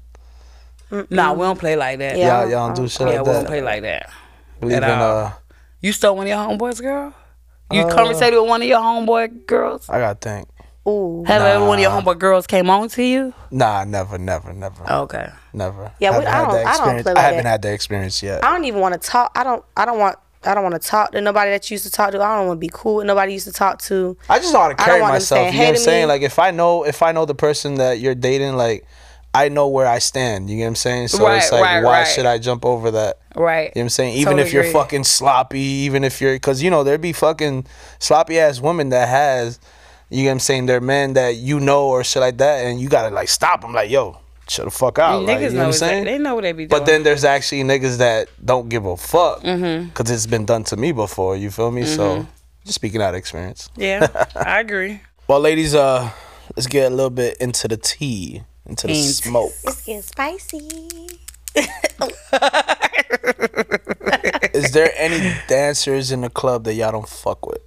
[SPEAKER 2] Nah, we don't play like that.
[SPEAKER 3] Yeah.
[SPEAKER 1] Y'all, y'all don't do shit
[SPEAKER 2] Uh, yeah, we
[SPEAKER 1] like
[SPEAKER 2] don't
[SPEAKER 1] that.
[SPEAKER 2] play like that.
[SPEAKER 1] Believe in
[SPEAKER 2] at all.
[SPEAKER 1] uh,
[SPEAKER 2] You stole one of your homeboys, girl. You conversated with one of your homeboy girls.
[SPEAKER 1] I gotta think.
[SPEAKER 3] Ooh,
[SPEAKER 2] Have ever one of your homeboy girls came on to you?
[SPEAKER 1] Nah, never, never, never,
[SPEAKER 2] Okay.
[SPEAKER 1] never.
[SPEAKER 3] Yeah, we-
[SPEAKER 1] Haven't
[SPEAKER 3] I
[SPEAKER 1] had
[SPEAKER 3] don't-
[SPEAKER 1] that
[SPEAKER 3] I don't
[SPEAKER 1] experience.
[SPEAKER 3] play like
[SPEAKER 1] haven't
[SPEAKER 3] that.
[SPEAKER 1] had that experience yet.
[SPEAKER 3] I don't even want to talk. I don't. I don't want. I don't want to talk to nobody that you used to talk to. I don't want to be cool with nobody you used to talk to.
[SPEAKER 1] I just know how to
[SPEAKER 3] don't
[SPEAKER 1] carry
[SPEAKER 3] want them
[SPEAKER 1] myself.
[SPEAKER 3] saying,
[SPEAKER 1] You know
[SPEAKER 3] "Hey,
[SPEAKER 1] what I'm
[SPEAKER 3] to
[SPEAKER 1] saying?
[SPEAKER 3] me."
[SPEAKER 1] Like if I know if I know the person that you're dating, like I know where I stand. You know what I'm saying? So
[SPEAKER 2] Right,
[SPEAKER 1] it's like,
[SPEAKER 2] right,
[SPEAKER 1] why
[SPEAKER 2] right.
[SPEAKER 1] should I jump over that?
[SPEAKER 2] Right.
[SPEAKER 1] You know what I'm saying? Even
[SPEAKER 2] Totally
[SPEAKER 1] if you're
[SPEAKER 2] agree.
[SPEAKER 1] fucking sloppy, even if you're, cause you know there be fucking sloppy ass women that has, you know what I'm saying, their men that you know or shit like that, and you gotta like stop them, like yo, shut the fuck out, like,
[SPEAKER 2] Niggas
[SPEAKER 1] you know
[SPEAKER 2] know
[SPEAKER 1] what I'm
[SPEAKER 2] exactly-
[SPEAKER 1] saying?
[SPEAKER 2] They know what they be doing. Mm-hmm.
[SPEAKER 1] But then there's actually niggas that don't give a fuck, cause it's been done to me before. You feel me? So just speaking out of experience.
[SPEAKER 2] yeah, I agree.
[SPEAKER 1] Well, ladies, uh, let's get a little bit into the tea, into the
[SPEAKER 2] Into-
[SPEAKER 1] smoke.
[SPEAKER 3] It's getting spicy.
[SPEAKER 1] Is there any dancers in the club that y'all don't fuck with?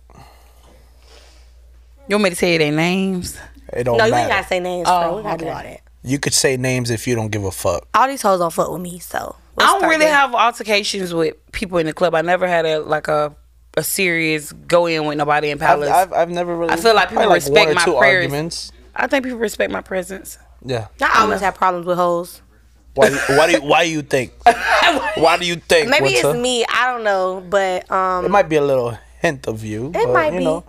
[SPEAKER 2] You want me to tell you their names?
[SPEAKER 1] It don't
[SPEAKER 3] No, you ain't
[SPEAKER 1] matter.
[SPEAKER 3] gotta say names, bro. We gotta do all that.
[SPEAKER 1] you could say names if you don't give a fuck.
[SPEAKER 3] Oh, All these hoes don't fuck with me, so
[SPEAKER 2] I don't really have altercations with people in the club. I never had a like a a serious go in with nobody in
[SPEAKER 1] I've,
[SPEAKER 2] Palace.
[SPEAKER 1] I've, I've never really.
[SPEAKER 2] I feel like people
[SPEAKER 1] probably
[SPEAKER 2] respect
[SPEAKER 1] one or
[SPEAKER 2] my
[SPEAKER 1] two
[SPEAKER 2] prayers.
[SPEAKER 1] arguments.
[SPEAKER 2] I think people respect my presence.
[SPEAKER 1] Yeah.
[SPEAKER 3] I always have problems with hoes.
[SPEAKER 1] Why? do- Why do? You, why do you think? Why do you think?
[SPEAKER 3] Maybe it's
[SPEAKER 1] Winter?
[SPEAKER 3] me. I don't know, but
[SPEAKER 1] It
[SPEAKER 3] um,
[SPEAKER 1] might be a little hint of you. It but,
[SPEAKER 3] might
[SPEAKER 1] you
[SPEAKER 3] be.
[SPEAKER 1] Know,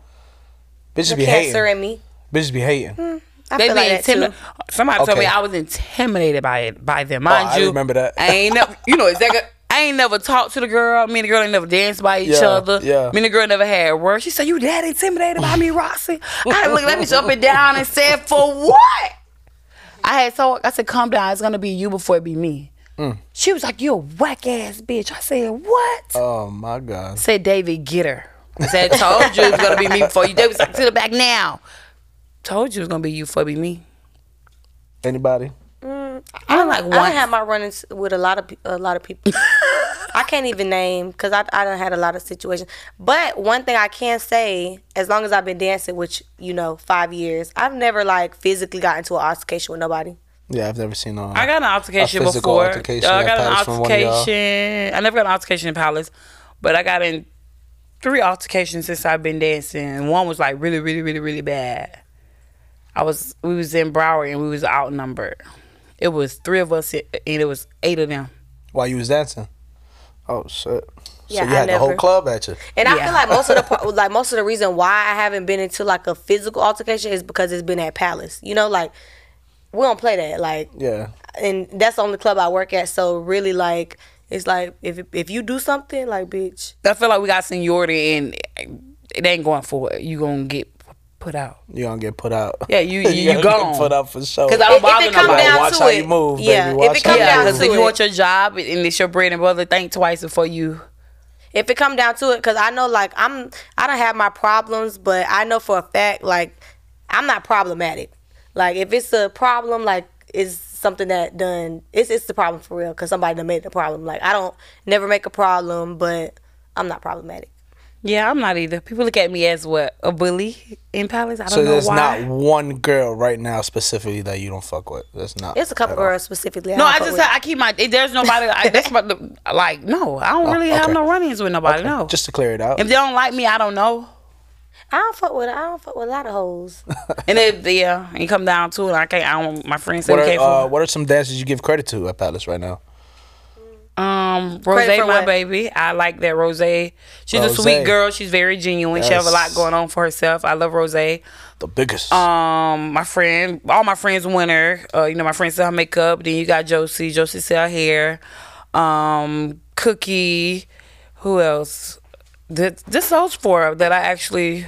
[SPEAKER 1] bitches
[SPEAKER 3] the
[SPEAKER 1] be
[SPEAKER 3] cancer
[SPEAKER 1] hating.
[SPEAKER 3] in Hmm. me.
[SPEAKER 1] Bitches be hating.
[SPEAKER 3] I
[SPEAKER 2] They
[SPEAKER 3] feel
[SPEAKER 2] be
[SPEAKER 3] like that too.
[SPEAKER 2] intimidated. Somebody told
[SPEAKER 1] Okay. Oh,
[SPEAKER 2] me I was intimidated by it by them. Mind
[SPEAKER 1] I
[SPEAKER 2] you,
[SPEAKER 1] remember that.
[SPEAKER 2] I ain't never, you know exactly. I ain't never talked to the girl. Me and the girl ain't never danced by each
[SPEAKER 1] Yeah,
[SPEAKER 2] other.
[SPEAKER 1] yeah.
[SPEAKER 2] Me and the girl never had work. She said, "You that intimidated by me, Rossi?" I looked that bitch up and down and said, "For what?" I had so I said, "Calm down. It's gonna be you before it be me."
[SPEAKER 1] Mm.
[SPEAKER 2] She was like, "You a whack ass bitch." I said, "What?"
[SPEAKER 1] Oh my god.
[SPEAKER 2] Say David, get her. I said, told you it was gonna be me before you. David, was like, to the back now. Told you it was gonna be you before it be me.
[SPEAKER 1] Anybody?
[SPEAKER 2] I don't like
[SPEAKER 3] I done
[SPEAKER 2] one.
[SPEAKER 3] had my run-ins with a lot of pe- a lot of people. I can't even name because I I done had a lot of situations. But one thing I can say, as long as I've been dancing, which you know, five years, I've never like physically got into an altercation with nobody.
[SPEAKER 1] Yeah, I've never seen. Uh,
[SPEAKER 2] I got an altercation
[SPEAKER 1] A physical
[SPEAKER 2] before.
[SPEAKER 1] altercation
[SPEAKER 2] Uh, I
[SPEAKER 1] at
[SPEAKER 2] got an
[SPEAKER 1] Palace from one of y'all?
[SPEAKER 2] altercation. I never got an altercation in Palace, but I got in three altercations since I've been dancing. And One was like really, really, really, really bad. I was we was in Broward and we was outnumbered. It was three of us and it was eight of them.
[SPEAKER 1] While you was dancing. Oh shit.
[SPEAKER 3] Yeah,
[SPEAKER 1] so you
[SPEAKER 3] I
[SPEAKER 1] had the whole
[SPEAKER 3] never-
[SPEAKER 1] club at you.
[SPEAKER 3] And I
[SPEAKER 2] Yeah.
[SPEAKER 3] feel like most of the par- like most of the reason why I haven't been into like a physical altercation is because it's been at Palace. You know, like we don't play that. Like,
[SPEAKER 1] Yeah.
[SPEAKER 3] and that's the only club I work at. So really, like it's like if if you do something, like bitch,
[SPEAKER 2] I feel like we got seniority and it ain't going for it. You gonna get put out.
[SPEAKER 1] You gonna get put out.
[SPEAKER 2] Yeah, you- you- you
[SPEAKER 1] gonna
[SPEAKER 2] gone.
[SPEAKER 1] get put out for sure.
[SPEAKER 2] 'Cause I
[SPEAKER 3] if,
[SPEAKER 2] don't bother
[SPEAKER 3] if it come
[SPEAKER 2] nobody.
[SPEAKER 3] down
[SPEAKER 1] Watch
[SPEAKER 3] to
[SPEAKER 1] how
[SPEAKER 3] it,
[SPEAKER 1] you move, baby.
[SPEAKER 3] yeah,
[SPEAKER 1] Watch
[SPEAKER 3] if it
[SPEAKER 1] how you
[SPEAKER 3] come
[SPEAKER 2] Yeah,
[SPEAKER 3] down
[SPEAKER 1] move.
[SPEAKER 2] because
[SPEAKER 3] to
[SPEAKER 2] if
[SPEAKER 3] it,
[SPEAKER 2] you want your job and it's your bread and butter, think twice before you
[SPEAKER 3] if it come down to it, because I know like I'm I don't have my problems, but I know for a fact like I'm not problematic. Like if it's a problem, like it's something that done it's it's the problem for real because somebody done made the problem. Like I don't never make a problem, but I'm not problematic.
[SPEAKER 2] Yeah, I'm not either. People look at me as what a bully in Palace. I don't
[SPEAKER 1] So
[SPEAKER 2] know
[SPEAKER 1] there's
[SPEAKER 2] why.
[SPEAKER 1] not one girl right now specifically that you don't fuck with. There's not.
[SPEAKER 3] It's a couple
[SPEAKER 1] at all.
[SPEAKER 3] girls specifically.
[SPEAKER 2] no,
[SPEAKER 3] don't
[SPEAKER 2] I
[SPEAKER 3] fuck
[SPEAKER 2] just
[SPEAKER 3] with.
[SPEAKER 2] I keep my. There's nobody. I, that's my, like no. I don't really have
[SPEAKER 1] Oh, okay.
[SPEAKER 2] no run-ins with nobody. No.
[SPEAKER 1] Just to clear it out.
[SPEAKER 2] if they don't like me, I don't know.
[SPEAKER 3] I don't fuck with I don't fuck with a lot of hoes.
[SPEAKER 2] And if yeah, and come down to it, I can't. I don't. My friend said
[SPEAKER 1] what
[SPEAKER 2] we
[SPEAKER 1] are
[SPEAKER 2] came
[SPEAKER 1] uh,
[SPEAKER 2] from
[SPEAKER 1] what are some dances you give credit to at Palace right now? uh,
[SPEAKER 2] um
[SPEAKER 3] Credit
[SPEAKER 2] Rose,
[SPEAKER 3] for
[SPEAKER 2] my
[SPEAKER 3] what?
[SPEAKER 2] baby. I like that Rose. She's a
[SPEAKER 1] Rose.
[SPEAKER 2] sweet girl. She's very genuine. She have a lot
[SPEAKER 1] Yes.
[SPEAKER 2] going on for herself. I love Rose.
[SPEAKER 1] The biggest.
[SPEAKER 2] Um, my friend, all my friends win her. Uh, you know, my friend sell her makeup. Then you got Josie. Josie sell her hair. Um, Cookie. Who else? Th- Just those four that I actually.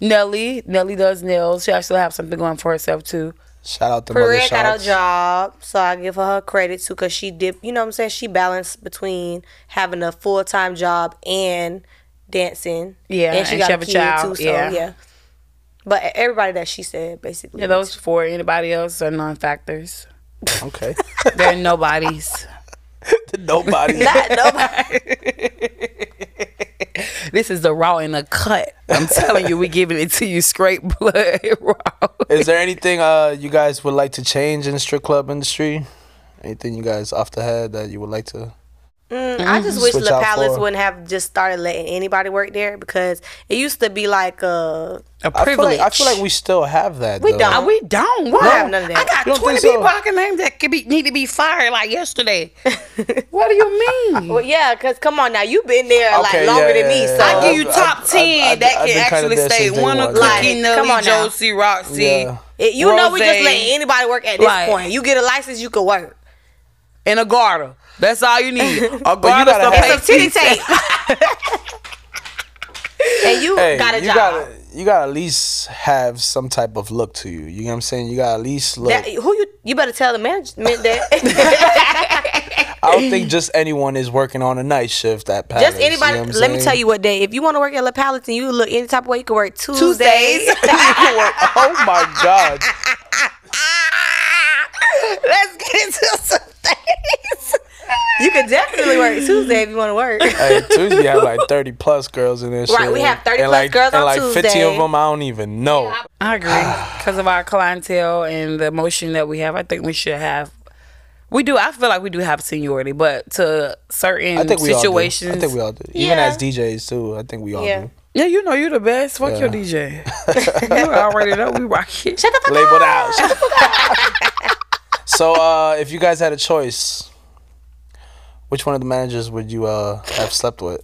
[SPEAKER 2] Nelly. Nelly does nails. She actually have something going for herself too.
[SPEAKER 1] Shout out to Mother
[SPEAKER 3] Maria got
[SPEAKER 1] Shots.
[SPEAKER 3] a job, so I give her her credit too, cause she did. You know what I'm saying? She balanced between having a full time job and dancing.
[SPEAKER 2] Yeah, and she have a child, yeah.
[SPEAKER 3] But e, everybody that she said basically.
[SPEAKER 2] Yeah, those four. Anybody else are non-factors.
[SPEAKER 1] Okay.
[SPEAKER 2] They're nobodies.
[SPEAKER 1] Nobody.
[SPEAKER 3] not nobody.
[SPEAKER 2] Mm-hmm. this is the raw and the cut. I'm telling you, we giving it to you straight blood raw.
[SPEAKER 1] Is there anything uh you guys would like to change in the strip club industry? Anything you guys off the head that you would like to?
[SPEAKER 3] Mm, I just wish
[SPEAKER 1] Switch
[SPEAKER 3] La
[SPEAKER 1] out
[SPEAKER 3] Palace
[SPEAKER 1] for-
[SPEAKER 3] wouldn't have just started letting anybody work there because it used to be like uh
[SPEAKER 2] A
[SPEAKER 1] I feel,
[SPEAKER 2] privilege.
[SPEAKER 1] like, I feel like we still have that.
[SPEAKER 3] We
[SPEAKER 1] though.
[SPEAKER 3] don't.
[SPEAKER 2] Uh, we don't. What?
[SPEAKER 3] have none of that.
[SPEAKER 2] I
[SPEAKER 1] You
[SPEAKER 2] got
[SPEAKER 1] don't
[SPEAKER 2] twenty
[SPEAKER 1] think so?
[SPEAKER 2] people I can name that could be need to be fired like yesterday. what do you mean?
[SPEAKER 3] well yeah because come on now you've been there
[SPEAKER 1] Okay,
[SPEAKER 3] like longer
[SPEAKER 1] yeah,
[SPEAKER 3] than me
[SPEAKER 1] yeah,
[SPEAKER 3] so
[SPEAKER 1] yeah.
[SPEAKER 2] I give you
[SPEAKER 1] I've-
[SPEAKER 2] top
[SPEAKER 1] I've-
[SPEAKER 2] 10
[SPEAKER 1] I've-
[SPEAKER 2] that
[SPEAKER 1] I've
[SPEAKER 2] can
[SPEAKER 1] been kinda
[SPEAKER 2] actually
[SPEAKER 1] there
[SPEAKER 2] stay.
[SPEAKER 1] since day
[SPEAKER 2] One of
[SPEAKER 1] one. Like,
[SPEAKER 2] Cookie,
[SPEAKER 3] come
[SPEAKER 2] Nelly,
[SPEAKER 3] on now.
[SPEAKER 2] Josie, Roxy.
[SPEAKER 1] Yeah.
[SPEAKER 3] It- you know we just
[SPEAKER 2] Rose.
[SPEAKER 3] letting anybody work at this
[SPEAKER 2] Like-
[SPEAKER 3] point you get a license you could work
[SPEAKER 2] And a garter. That's all you need. A garter.
[SPEAKER 1] gotta
[SPEAKER 2] some
[SPEAKER 1] have-
[SPEAKER 2] place
[SPEAKER 3] it's a titty tape and you
[SPEAKER 1] Hey,
[SPEAKER 3] got a
[SPEAKER 1] you
[SPEAKER 3] job
[SPEAKER 1] gotta you gotta at least have some type of look to you. You know what I'm saying? You gotta at least look.
[SPEAKER 3] That- who you you better tell the management that
[SPEAKER 1] I don't think just anyone is working on a night shift at Palace.
[SPEAKER 3] just anybody
[SPEAKER 1] you know what I'm
[SPEAKER 3] let me
[SPEAKER 1] saying?
[SPEAKER 3] tell you what day if you want to work at La Palace and you look any type of way you can work Tuesdays.
[SPEAKER 2] Tuesdays.
[SPEAKER 1] oh my God!
[SPEAKER 2] Let's get into some things.
[SPEAKER 3] you can definitely work Tuesday if you want to work
[SPEAKER 1] Hey, Tuesday have like 30 plus girls in this.
[SPEAKER 3] Right,
[SPEAKER 1] shit.
[SPEAKER 3] we have 30
[SPEAKER 1] and
[SPEAKER 3] plus
[SPEAKER 1] like,
[SPEAKER 3] girls
[SPEAKER 1] and
[SPEAKER 3] on
[SPEAKER 1] like 15 of
[SPEAKER 3] Tuesday.
[SPEAKER 1] them I don't even know.
[SPEAKER 2] I agree. Because of our clientele and the emotion that we have, I think we should have. We do. I feel like we do have seniority, but to certain
[SPEAKER 1] I think we
[SPEAKER 2] situations.
[SPEAKER 1] all do. I think we all do. Even
[SPEAKER 3] Yeah.
[SPEAKER 1] as DJs too. I think we all
[SPEAKER 3] Yeah.
[SPEAKER 1] do.
[SPEAKER 2] Yeah, you know you the best. Fuck your DJ. you already know we rock it. Shut the fuck
[SPEAKER 1] Labeled out. so uh, if you guys had a choice, which one of the managers would you uh, have slept with?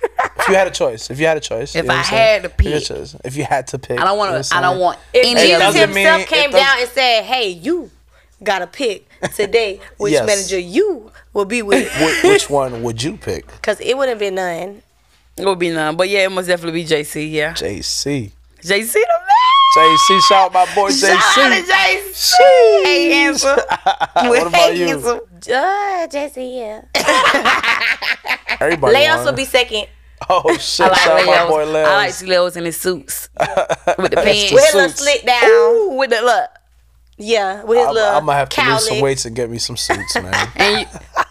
[SPEAKER 1] If you had a choice, if you had a choice, if
[SPEAKER 2] I had to
[SPEAKER 1] if you, had a
[SPEAKER 2] pick.
[SPEAKER 1] choice, if you had to pick,
[SPEAKER 2] I don't want to. I don't want
[SPEAKER 3] If
[SPEAKER 2] any
[SPEAKER 1] it
[SPEAKER 2] of
[SPEAKER 3] Jesus
[SPEAKER 1] doesn't
[SPEAKER 2] them.
[SPEAKER 1] mean-
[SPEAKER 3] himself
[SPEAKER 1] it
[SPEAKER 3] came
[SPEAKER 1] doesn't-
[SPEAKER 3] down and said, "Hey, you got to pick today which
[SPEAKER 1] Yes.
[SPEAKER 3] manager you will be with,"
[SPEAKER 1] Wh- which one would you pick?
[SPEAKER 3] because it wouldn't be none.
[SPEAKER 2] It would be none. But yeah, it must definitely be JC. Yeah,
[SPEAKER 1] JC.
[SPEAKER 2] JC the man.
[SPEAKER 1] JC, shout out my boy
[SPEAKER 2] Shout out to
[SPEAKER 1] JC.
[SPEAKER 2] JC.
[SPEAKER 1] Sheesh.
[SPEAKER 2] Hey, handsome.
[SPEAKER 1] what about
[SPEAKER 2] Hey,
[SPEAKER 1] you?
[SPEAKER 2] handsome.
[SPEAKER 3] Uh, Jesse, yeah.
[SPEAKER 1] Everybody.
[SPEAKER 3] Leos
[SPEAKER 1] wanna-
[SPEAKER 3] will be second.
[SPEAKER 1] Oh shit!
[SPEAKER 2] I
[SPEAKER 1] shout out my
[SPEAKER 2] like
[SPEAKER 1] boy
[SPEAKER 2] Leos.
[SPEAKER 1] Leos.
[SPEAKER 2] I like Leos in his suits with the
[SPEAKER 3] With his
[SPEAKER 2] pants.
[SPEAKER 3] little
[SPEAKER 1] Suits.
[SPEAKER 3] slick down.
[SPEAKER 2] Ooh, with the look.
[SPEAKER 3] Yeah, with his
[SPEAKER 1] I'm,
[SPEAKER 3] little
[SPEAKER 1] I'm gonna have to
[SPEAKER 3] cowlick.
[SPEAKER 1] lose some weights and get me some suits, man.
[SPEAKER 2] And you,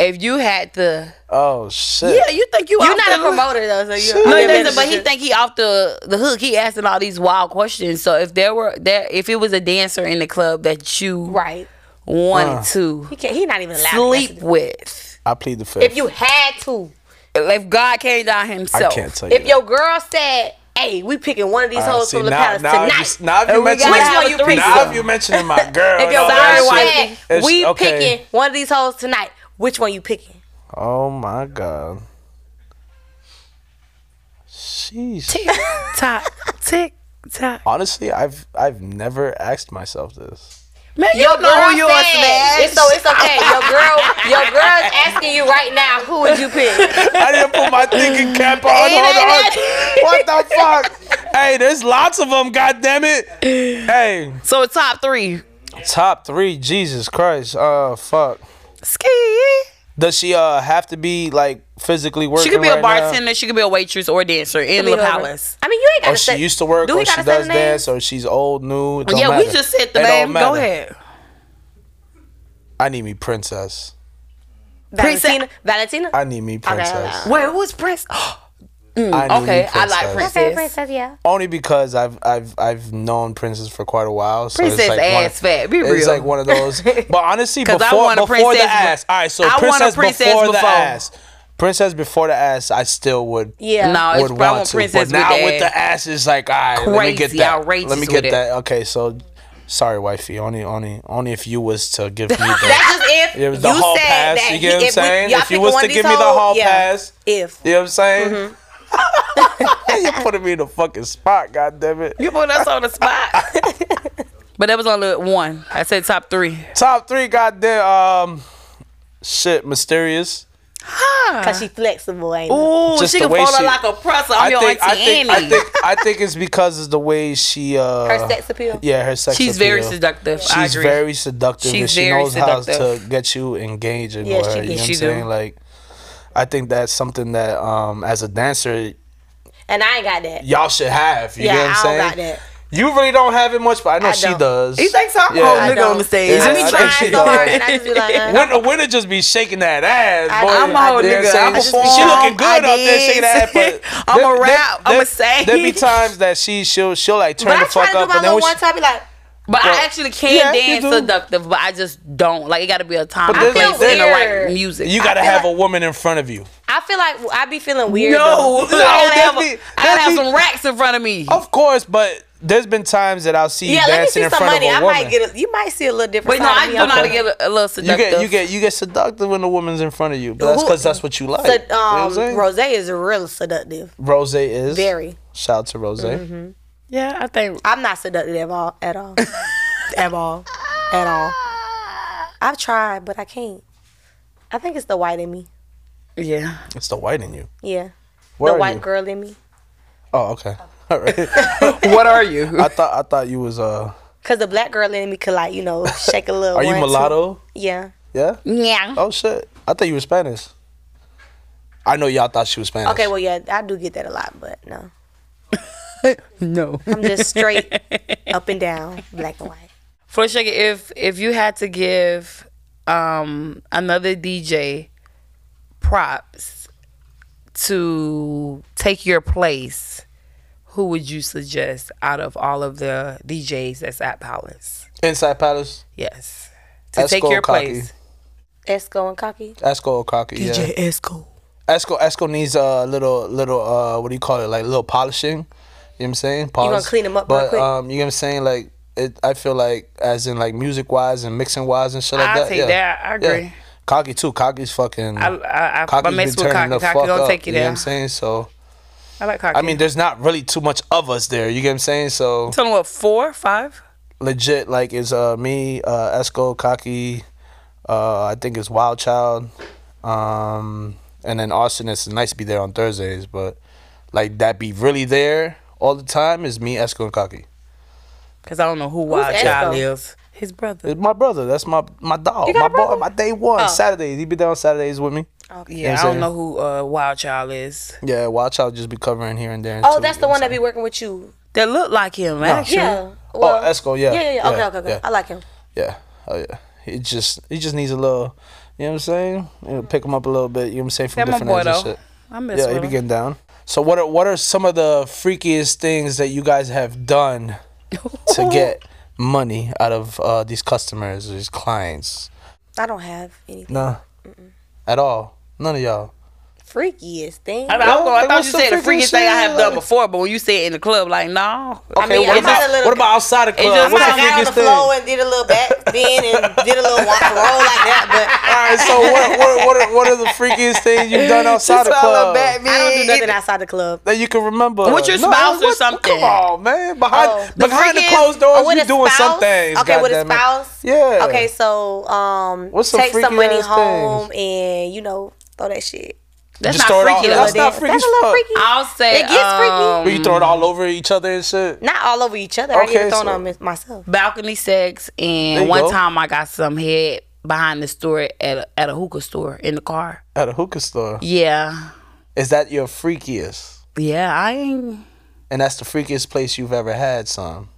[SPEAKER 2] if you had the
[SPEAKER 1] oh shit!
[SPEAKER 2] yeah, you think you
[SPEAKER 3] You're
[SPEAKER 2] off
[SPEAKER 3] not a
[SPEAKER 2] the hook.
[SPEAKER 3] promoter though, so
[SPEAKER 1] Shoot.
[SPEAKER 3] you're.
[SPEAKER 2] No,
[SPEAKER 1] Okay,
[SPEAKER 2] he
[SPEAKER 1] manager.
[SPEAKER 2] doesn't, but he think he off the the hook. He asking all these wild questions. So if there were that, if it was a dancer in the club that you
[SPEAKER 3] right.
[SPEAKER 2] wanted
[SPEAKER 1] Uh.
[SPEAKER 2] to
[SPEAKER 3] He can't. He not even allowed. to mess
[SPEAKER 2] sleep
[SPEAKER 3] with-
[SPEAKER 2] with,
[SPEAKER 1] I plead the fifth.
[SPEAKER 3] If you had to,
[SPEAKER 2] if God came down
[SPEAKER 1] I
[SPEAKER 2] Himself,
[SPEAKER 1] can't tell you.
[SPEAKER 3] if your girl said, "Hey, we picking one of these
[SPEAKER 1] All right,
[SPEAKER 3] hoes
[SPEAKER 1] see,
[SPEAKER 3] from the
[SPEAKER 1] now-
[SPEAKER 3] palace
[SPEAKER 1] now you
[SPEAKER 3] tonight,"
[SPEAKER 1] s- now if you
[SPEAKER 2] And we
[SPEAKER 1] mention
[SPEAKER 2] gotta
[SPEAKER 1] it-
[SPEAKER 2] have a
[SPEAKER 1] now if
[SPEAKER 2] threesome.
[SPEAKER 1] you mentioning my girl,
[SPEAKER 3] if your
[SPEAKER 1] and all that
[SPEAKER 3] girl
[SPEAKER 1] shit,
[SPEAKER 3] said,
[SPEAKER 1] it's-
[SPEAKER 3] "We
[SPEAKER 1] okay.
[SPEAKER 3] picking one of these hoes tonight," which one you picking?
[SPEAKER 1] Oh my god. Sheesh.
[SPEAKER 2] tick tock, tick tock.
[SPEAKER 1] Honestly, I've I've never asked myself this.
[SPEAKER 2] Man, you
[SPEAKER 3] Your
[SPEAKER 2] know
[SPEAKER 3] girl
[SPEAKER 2] who you are,
[SPEAKER 3] said,
[SPEAKER 2] smash.
[SPEAKER 3] it's, so it's okay. Your girl, your girl's asking you right now, who would you pick?
[SPEAKER 1] I didn't put my thinking cap on. Hold on. What the fuck? Hey, there's lots of them. God damn it. Hey,
[SPEAKER 2] so top three.
[SPEAKER 1] top three. Jesus Christ. Uh, fuck.
[SPEAKER 2] Ski.
[SPEAKER 1] Does she uh have to be like physically working?
[SPEAKER 2] She could be
[SPEAKER 1] right
[SPEAKER 2] a
[SPEAKER 1] now?
[SPEAKER 2] bartender. She could be a waitress or a dancer in La
[SPEAKER 3] Leave over.
[SPEAKER 2] Palace.
[SPEAKER 3] I mean, you ain't got
[SPEAKER 1] Or Oh, she used to work,
[SPEAKER 3] Do we
[SPEAKER 1] or she
[SPEAKER 3] gotta say
[SPEAKER 1] does
[SPEAKER 3] the name?
[SPEAKER 1] dance, or she's old, new. it don't
[SPEAKER 2] yeah, we
[SPEAKER 1] matter.
[SPEAKER 2] just said the
[SPEAKER 1] It don't
[SPEAKER 2] name. Go
[SPEAKER 1] matter.
[SPEAKER 2] ahead.
[SPEAKER 1] I need me princess.
[SPEAKER 3] Valentina. Valentina.
[SPEAKER 1] I need me princess.
[SPEAKER 2] Wait, who was Prince?
[SPEAKER 1] I need me
[SPEAKER 2] Hmm. okay, I like
[SPEAKER 1] princess.
[SPEAKER 2] princess.
[SPEAKER 3] Okay, princess. Yeah.
[SPEAKER 1] Only because I've I've I've known princess for quite a while. So
[SPEAKER 2] Princess
[SPEAKER 1] it's like one
[SPEAKER 2] ass
[SPEAKER 1] of-
[SPEAKER 2] fat. Be
[SPEAKER 1] It's
[SPEAKER 2] real.
[SPEAKER 1] like one of those. But honestly,
[SPEAKER 2] 'Cause
[SPEAKER 1] before,
[SPEAKER 2] I want a
[SPEAKER 1] before the
[SPEAKER 2] princess be-
[SPEAKER 1] ass. All right, so
[SPEAKER 2] I want a
[SPEAKER 1] princess,
[SPEAKER 2] princess
[SPEAKER 1] before, the
[SPEAKER 2] before.
[SPEAKER 1] ass. Princess before the ass, I still would
[SPEAKER 3] Yeah.
[SPEAKER 2] No, it's
[SPEAKER 1] would
[SPEAKER 2] probably
[SPEAKER 1] want to.
[SPEAKER 2] princess
[SPEAKER 1] but now
[SPEAKER 2] with
[SPEAKER 1] with
[SPEAKER 2] that.
[SPEAKER 1] the ass, it's like all right, let me get
[SPEAKER 2] Crazy,
[SPEAKER 1] that.
[SPEAKER 2] outrageous
[SPEAKER 1] Let me get
[SPEAKER 2] with it.
[SPEAKER 1] that. Okay, so sorry, wifey. Only, only, only if you was to give me
[SPEAKER 3] That's
[SPEAKER 1] that.
[SPEAKER 3] just if
[SPEAKER 1] It was the
[SPEAKER 3] you
[SPEAKER 1] hall
[SPEAKER 3] said
[SPEAKER 1] pass.
[SPEAKER 3] that
[SPEAKER 1] You get what I'm
[SPEAKER 3] he- if we-
[SPEAKER 1] saying?
[SPEAKER 3] y'all
[SPEAKER 1] If you
[SPEAKER 3] pick
[SPEAKER 1] was
[SPEAKER 3] one
[SPEAKER 1] to
[SPEAKER 3] of
[SPEAKER 1] give
[SPEAKER 3] these
[SPEAKER 1] me the
[SPEAKER 3] hoes,
[SPEAKER 1] hall
[SPEAKER 3] yeah.
[SPEAKER 1] pass,
[SPEAKER 3] If
[SPEAKER 1] you know what I'm saying?
[SPEAKER 3] Mm-hmm.
[SPEAKER 1] You're putting me in the fucking spot, goddammit.
[SPEAKER 2] You put us on the spot. but that was only one. I said top three.
[SPEAKER 1] Top three, goddamn. Um, shit, mysterious.
[SPEAKER 2] Ah.
[SPEAKER 3] cause she flexible, ain't it?
[SPEAKER 2] Ooh,
[SPEAKER 1] Just
[SPEAKER 2] she
[SPEAKER 1] the
[SPEAKER 2] can
[SPEAKER 1] way
[SPEAKER 2] fold her
[SPEAKER 1] she-
[SPEAKER 2] like a presser. I'm your
[SPEAKER 1] I
[SPEAKER 2] auntie
[SPEAKER 1] think, I
[SPEAKER 2] Annie.
[SPEAKER 1] think, I think it's because of the way she. Uh,
[SPEAKER 3] Her sex appeal.
[SPEAKER 1] Yeah, her sex.
[SPEAKER 2] She's
[SPEAKER 1] appeal.
[SPEAKER 2] very seductive. I
[SPEAKER 1] She's
[SPEAKER 2] agree.
[SPEAKER 1] very seductive. and
[SPEAKER 2] She's
[SPEAKER 1] she
[SPEAKER 2] very
[SPEAKER 1] knows how
[SPEAKER 2] seductive.
[SPEAKER 1] to get you engaging
[SPEAKER 3] Yeah,
[SPEAKER 1] with
[SPEAKER 3] she
[SPEAKER 1] her. You
[SPEAKER 3] do.
[SPEAKER 1] know what
[SPEAKER 2] She
[SPEAKER 1] I'm
[SPEAKER 2] do.
[SPEAKER 1] saying? Like, I think that's something that um, as a dancer,
[SPEAKER 3] And I ain't got that.
[SPEAKER 1] y'all should have. You
[SPEAKER 3] Yeah,
[SPEAKER 1] know what I'm
[SPEAKER 3] I don't
[SPEAKER 1] saying?
[SPEAKER 3] got that.
[SPEAKER 1] You really don't have it much, but I know
[SPEAKER 3] I
[SPEAKER 1] she
[SPEAKER 3] don't.
[SPEAKER 1] does.
[SPEAKER 2] you think so? I'm
[SPEAKER 1] Yeah.
[SPEAKER 2] a whole
[SPEAKER 1] I
[SPEAKER 2] nigga on the
[SPEAKER 3] don't.
[SPEAKER 2] stage.
[SPEAKER 1] Yeah,
[SPEAKER 3] I be
[SPEAKER 1] I
[SPEAKER 3] trying
[SPEAKER 1] think she
[SPEAKER 3] so
[SPEAKER 1] does.
[SPEAKER 3] hard, and I just be like, uh,
[SPEAKER 1] Winner, winner just be shaking that
[SPEAKER 3] I-
[SPEAKER 1] ass, boy.
[SPEAKER 2] I'm
[SPEAKER 1] You know
[SPEAKER 2] a whole
[SPEAKER 1] what
[SPEAKER 2] nigga.
[SPEAKER 1] saying?
[SPEAKER 2] I'm a
[SPEAKER 1] she
[SPEAKER 2] perform,
[SPEAKER 1] looking
[SPEAKER 2] I
[SPEAKER 1] good out there
[SPEAKER 2] dance.
[SPEAKER 1] shaking that ass. But
[SPEAKER 2] I'm a
[SPEAKER 1] there- there-
[SPEAKER 2] rap, I'm a
[SPEAKER 1] there-
[SPEAKER 2] sing.
[SPEAKER 1] There be times that she she'll she'll like turn
[SPEAKER 3] but I
[SPEAKER 1] the
[SPEAKER 3] try
[SPEAKER 1] fuck
[SPEAKER 3] to do
[SPEAKER 1] up,
[SPEAKER 3] my
[SPEAKER 1] and then
[SPEAKER 3] little
[SPEAKER 1] when
[SPEAKER 3] one
[SPEAKER 1] she,
[SPEAKER 3] time, be like,
[SPEAKER 2] But
[SPEAKER 1] Well,
[SPEAKER 2] I actually can
[SPEAKER 1] yeah, you
[SPEAKER 2] dance
[SPEAKER 1] do.
[SPEAKER 2] seductive, but I just don't. Like, it got to be a time
[SPEAKER 1] But
[SPEAKER 2] and
[SPEAKER 1] then-
[SPEAKER 2] place and the
[SPEAKER 3] Weird.
[SPEAKER 2] right music.
[SPEAKER 1] you gotta
[SPEAKER 3] feel
[SPEAKER 1] have
[SPEAKER 3] like-
[SPEAKER 1] a woman in front of you.
[SPEAKER 3] I feel like I be feeling weird.
[SPEAKER 2] no,
[SPEAKER 3] though.
[SPEAKER 2] I gotta,
[SPEAKER 1] that
[SPEAKER 2] have, a-
[SPEAKER 1] be-
[SPEAKER 2] I gotta
[SPEAKER 1] that
[SPEAKER 2] have
[SPEAKER 1] be-
[SPEAKER 2] some racks in front of me.
[SPEAKER 1] Of course, but there's been times that I'll see you
[SPEAKER 3] Yeah, let me
[SPEAKER 1] dancing
[SPEAKER 3] see
[SPEAKER 1] in
[SPEAKER 3] some
[SPEAKER 1] front
[SPEAKER 3] money.
[SPEAKER 1] of
[SPEAKER 3] I
[SPEAKER 1] a woman.
[SPEAKER 3] might get. A, you might see a little different.
[SPEAKER 2] But no,
[SPEAKER 3] side
[SPEAKER 2] I
[SPEAKER 3] of
[SPEAKER 2] do
[SPEAKER 3] me.
[SPEAKER 2] know how to
[SPEAKER 3] Okay.
[SPEAKER 2] get a, a little
[SPEAKER 1] you
[SPEAKER 2] seductive.
[SPEAKER 1] get you get you get seductive when the woman's in front of you, but that's
[SPEAKER 3] Who-
[SPEAKER 1] because that's what you like.
[SPEAKER 3] Sed-
[SPEAKER 1] You know what I'm
[SPEAKER 3] um,
[SPEAKER 1] saying?
[SPEAKER 3] Rose is real seductive.
[SPEAKER 1] Rose is
[SPEAKER 3] Very. Mm-hmm.
[SPEAKER 1] Shout out to Rose.
[SPEAKER 2] yeah, I think.
[SPEAKER 3] I'm not seductive at all. At all. at all. At all. I've tried, but I can't. I think it's the white in me.
[SPEAKER 2] Yeah.
[SPEAKER 1] It's the white in you.
[SPEAKER 3] Yeah.
[SPEAKER 1] Where
[SPEAKER 3] the
[SPEAKER 1] are
[SPEAKER 3] white
[SPEAKER 1] you?
[SPEAKER 3] girl in me.
[SPEAKER 1] Oh, okay. All right.
[SPEAKER 2] What are you?
[SPEAKER 1] I thought I thought you was uh.
[SPEAKER 3] Cause the black girl in me could like you know shake a little.
[SPEAKER 1] Are you
[SPEAKER 3] one, two.
[SPEAKER 1] mulatto?
[SPEAKER 3] Yeah.
[SPEAKER 1] Yeah.
[SPEAKER 2] yeah.
[SPEAKER 1] Oh shit! I thought you were Spanish. I know y'all thought she was Spanish.
[SPEAKER 3] Okay. Well, yeah, I do get that a lot, but no,
[SPEAKER 2] No.
[SPEAKER 3] I'm just straight up and down, black and white.
[SPEAKER 2] For a second, if if you had to give um another DJ props to take your place, who would you suggest out of all of the DJs that's at Palace?
[SPEAKER 1] Inside Palace,
[SPEAKER 2] Yes. To take
[SPEAKER 1] Esco
[SPEAKER 2] your
[SPEAKER 1] Cocky.
[SPEAKER 2] place.
[SPEAKER 3] Esco and cocky.
[SPEAKER 1] Esco Okaki. Yeah.
[SPEAKER 2] Esco.
[SPEAKER 1] Esco Esco needs a little little uh what do you call it like little polishing. You know what I'm saying? Polish.
[SPEAKER 3] gonna clean 'em up
[SPEAKER 1] but
[SPEAKER 3] real quick.
[SPEAKER 1] um, you know what I'm saying? Like it, I feel like as in like music wise and mixing wise and shit like
[SPEAKER 2] I'll
[SPEAKER 1] that.
[SPEAKER 2] take
[SPEAKER 1] yeah.
[SPEAKER 2] that. I
[SPEAKER 1] Yeah.
[SPEAKER 2] agree.
[SPEAKER 1] Cocky too. Cocky's fucking.
[SPEAKER 2] I I I, I
[SPEAKER 1] Cocky's
[SPEAKER 2] mess
[SPEAKER 1] been
[SPEAKER 2] with
[SPEAKER 1] turning the
[SPEAKER 2] Cocky. Cocky
[SPEAKER 1] fuck
[SPEAKER 2] gonna
[SPEAKER 1] up.
[SPEAKER 2] take you
[SPEAKER 1] You know what
[SPEAKER 2] there.
[SPEAKER 1] I'm saying? So
[SPEAKER 2] I like Cocky.
[SPEAKER 1] I mean, there's not really too much of us there. You get what I'm saying? So
[SPEAKER 2] tell them what four, five.
[SPEAKER 1] legit like is uh me uh esco cocky uh i think it's wild child um and then austin it's nice to be there on thursdays but like that be really there all the time is me esco and cocky
[SPEAKER 2] Cause I don't know who Wild
[SPEAKER 3] Esco?
[SPEAKER 2] Child is. His brother.
[SPEAKER 1] it's my brother that's my my dog
[SPEAKER 3] got
[SPEAKER 1] my
[SPEAKER 3] a brother?
[SPEAKER 1] boy my day one
[SPEAKER 3] Oh.
[SPEAKER 1] saturdays he be there on saturdays with me
[SPEAKER 2] Yeah,
[SPEAKER 1] I'm
[SPEAKER 2] I don't
[SPEAKER 1] saying?
[SPEAKER 2] know who uh, Wild Child is.
[SPEAKER 1] yeah wild child just be covering here and there and
[SPEAKER 3] Oh,
[SPEAKER 1] too,
[SPEAKER 3] that's
[SPEAKER 1] you
[SPEAKER 3] the
[SPEAKER 1] know what
[SPEAKER 3] one that be working with you.
[SPEAKER 2] That look like him, actually.
[SPEAKER 3] Yeah.
[SPEAKER 1] Oh, Esco, yeah,
[SPEAKER 3] Yeah, yeah, yeah. Okay,
[SPEAKER 1] yeah,
[SPEAKER 3] okay, okay.
[SPEAKER 1] yeah.
[SPEAKER 3] I like him.
[SPEAKER 1] I'm saying? yeah oh yeah he just he just needs a little you know what i'm saying you know, pick him up a little bit you know what i'm saying from
[SPEAKER 2] That my
[SPEAKER 1] different
[SPEAKER 2] boy
[SPEAKER 1] ends and
[SPEAKER 2] though.
[SPEAKER 1] shit
[SPEAKER 2] I miss
[SPEAKER 1] Yeah,
[SPEAKER 2] with
[SPEAKER 1] he
[SPEAKER 2] him.
[SPEAKER 1] be getting down. So what are what are some of the freakiest things that you guys have done to get money out of uh, these customers, these clients?
[SPEAKER 3] I don't have anything
[SPEAKER 1] Nah, at all. None of y'all.
[SPEAKER 3] freakiest thing.
[SPEAKER 2] I,
[SPEAKER 3] I,
[SPEAKER 2] mean, I was gonna- I
[SPEAKER 1] Like,
[SPEAKER 2] thought
[SPEAKER 1] what's
[SPEAKER 2] you
[SPEAKER 1] the
[SPEAKER 2] said the
[SPEAKER 1] freaking
[SPEAKER 2] freakiest thing I have
[SPEAKER 1] shit?
[SPEAKER 2] done before, but when you said in the club, like, no.
[SPEAKER 1] Okay,
[SPEAKER 3] mean,
[SPEAKER 1] what
[SPEAKER 3] I might
[SPEAKER 1] about
[SPEAKER 3] a little-
[SPEAKER 1] what about outside the club? What's
[SPEAKER 2] just might
[SPEAKER 1] the
[SPEAKER 2] have
[SPEAKER 3] got on the
[SPEAKER 1] freakiest thing?
[SPEAKER 3] floor and did a little back bend and did a little walk roll like that,
[SPEAKER 1] All right, so what what what are, what are the freakiest things you've done outside the club
[SPEAKER 3] but I don't do nothing outside the club.
[SPEAKER 1] that you can remember?
[SPEAKER 2] With your spouse or something.
[SPEAKER 1] Come on, man. Behind
[SPEAKER 3] Oh.
[SPEAKER 2] The
[SPEAKER 1] behind the
[SPEAKER 2] freakiest-
[SPEAKER 1] closed
[SPEAKER 3] Oh,
[SPEAKER 1] doors,
[SPEAKER 3] with
[SPEAKER 1] you
[SPEAKER 3] a
[SPEAKER 1] doing
[SPEAKER 3] spouse?
[SPEAKER 1] some things.
[SPEAKER 3] Okay, with
[SPEAKER 1] goddammit.
[SPEAKER 3] a spouse.
[SPEAKER 1] Yeah.
[SPEAKER 3] Okay, so um,
[SPEAKER 1] What's some
[SPEAKER 3] take some
[SPEAKER 1] freaky
[SPEAKER 3] money
[SPEAKER 1] ass
[SPEAKER 3] home and you know throw that shit.
[SPEAKER 2] That's
[SPEAKER 1] Just
[SPEAKER 2] not
[SPEAKER 1] throw it
[SPEAKER 2] freaky.
[SPEAKER 1] all-
[SPEAKER 2] though.
[SPEAKER 1] Oh, That's not
[SPEAKER 3] That's
[SPEAKER 1] freaky
[SPEAKER 3] a
[SPEAKER 1] as
[SPEAKER 3] little
[SPEAKER 1] fuck.
[SPEAKER 3] freaky.
[SPEAKER 2] I'll say
[SPEAKER 3] It gets freaky.
[SPEAKER 2] um,
[SPEAKER 1] Where you throw it all over each other and shit.
[SPEAKER 3] Not all over each other. I
[SPEAKER 1] Okay,
[SPEAKER 3] get thrown
[SPEAKER 1] so-
[SPEAKER 3] on my- myself.
[SPEAKER 2] balcony sex,
[SPEAKER 1] There
[SPEAKER 2] and
[SPEAKER 1] you
[SPEAKER 2] one
[SPEAKER 1] go.
[SPEAKER 2] time I got some head behind the store at a, at a hookah store in the car.
[SPEAKER 1] At a hookah store.
[SPEAKER 2] Yeah,
[SPEAKER 1] Is that your freakiest?
[SPEAKER 2] yeah, I ain't.
[SPEAKER 1] And that's the freakiest place you've ever had some.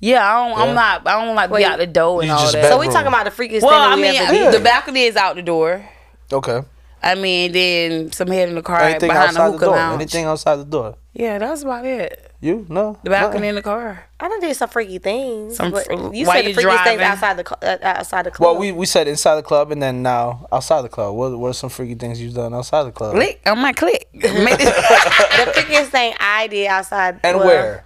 [SPEAKER 2] Yeah, I don't,
[SPEAKER 1] Yeah.
[SPEAKER 2] I'm not. I don't like to be out the door and
[SPEAKER 1] You
[SPEAKER 2] all
[SPEAKER 1] just
[SPEAKER 2] that.
[SPEAKER 1] bet-
[SPEAKER 3] So we talking about the freakiest
[SPEAKER 2] well, I
[SPEAKER 3] thing that we ever
[SPEAKER 2] mean,
[SPEAKER 3] did.
[SPEAKER 2] the balcony is out the door.
[SPEAKER 1] Okay.
[SPEAKER 2] I mean, then some head in the car
[SPEAKER 1] Anything
[SPEAKER 2] behind the
[SPEAKER 1] outside the,
[SPEAKER 2] hookah
[SPEAKER 1] door.
[SPEAKER 2] lounge.
[SPEAKER 1] Anything Uh-uh. outside the door.
[SPEAKER 2] Yeah, that's about it.
[SPEAKER 1] You? No.
[SPEAKER 2] The balcony in the car.
[SPEAKER 3] I done did some freaky things.
[SPEAKER 2] Some
[SPEAKER 3] but
[SPEAKER 2] fr-
[SPEAKER 3] you
[SPEAKER 2] while
[SPEAKER 3] said the
[SPEAKER 2] you
[SPEAKER 3] freakiest things
[SPEAKER 2] driving.
[SPEAKER 3] outside the cl- uh, outside the club.
[SPEAKER 1] Well, we, we said inside the club and then now outside the club. What, what are some freaky things you've done outside the club?
[SPEAKER 2] Click on my click. Make this-
[SPEAKER 3] the freakiest thing I did outside.
[SPEAKER 1] And
[SPEAKER 3] well,
[SPEAKER 1] where?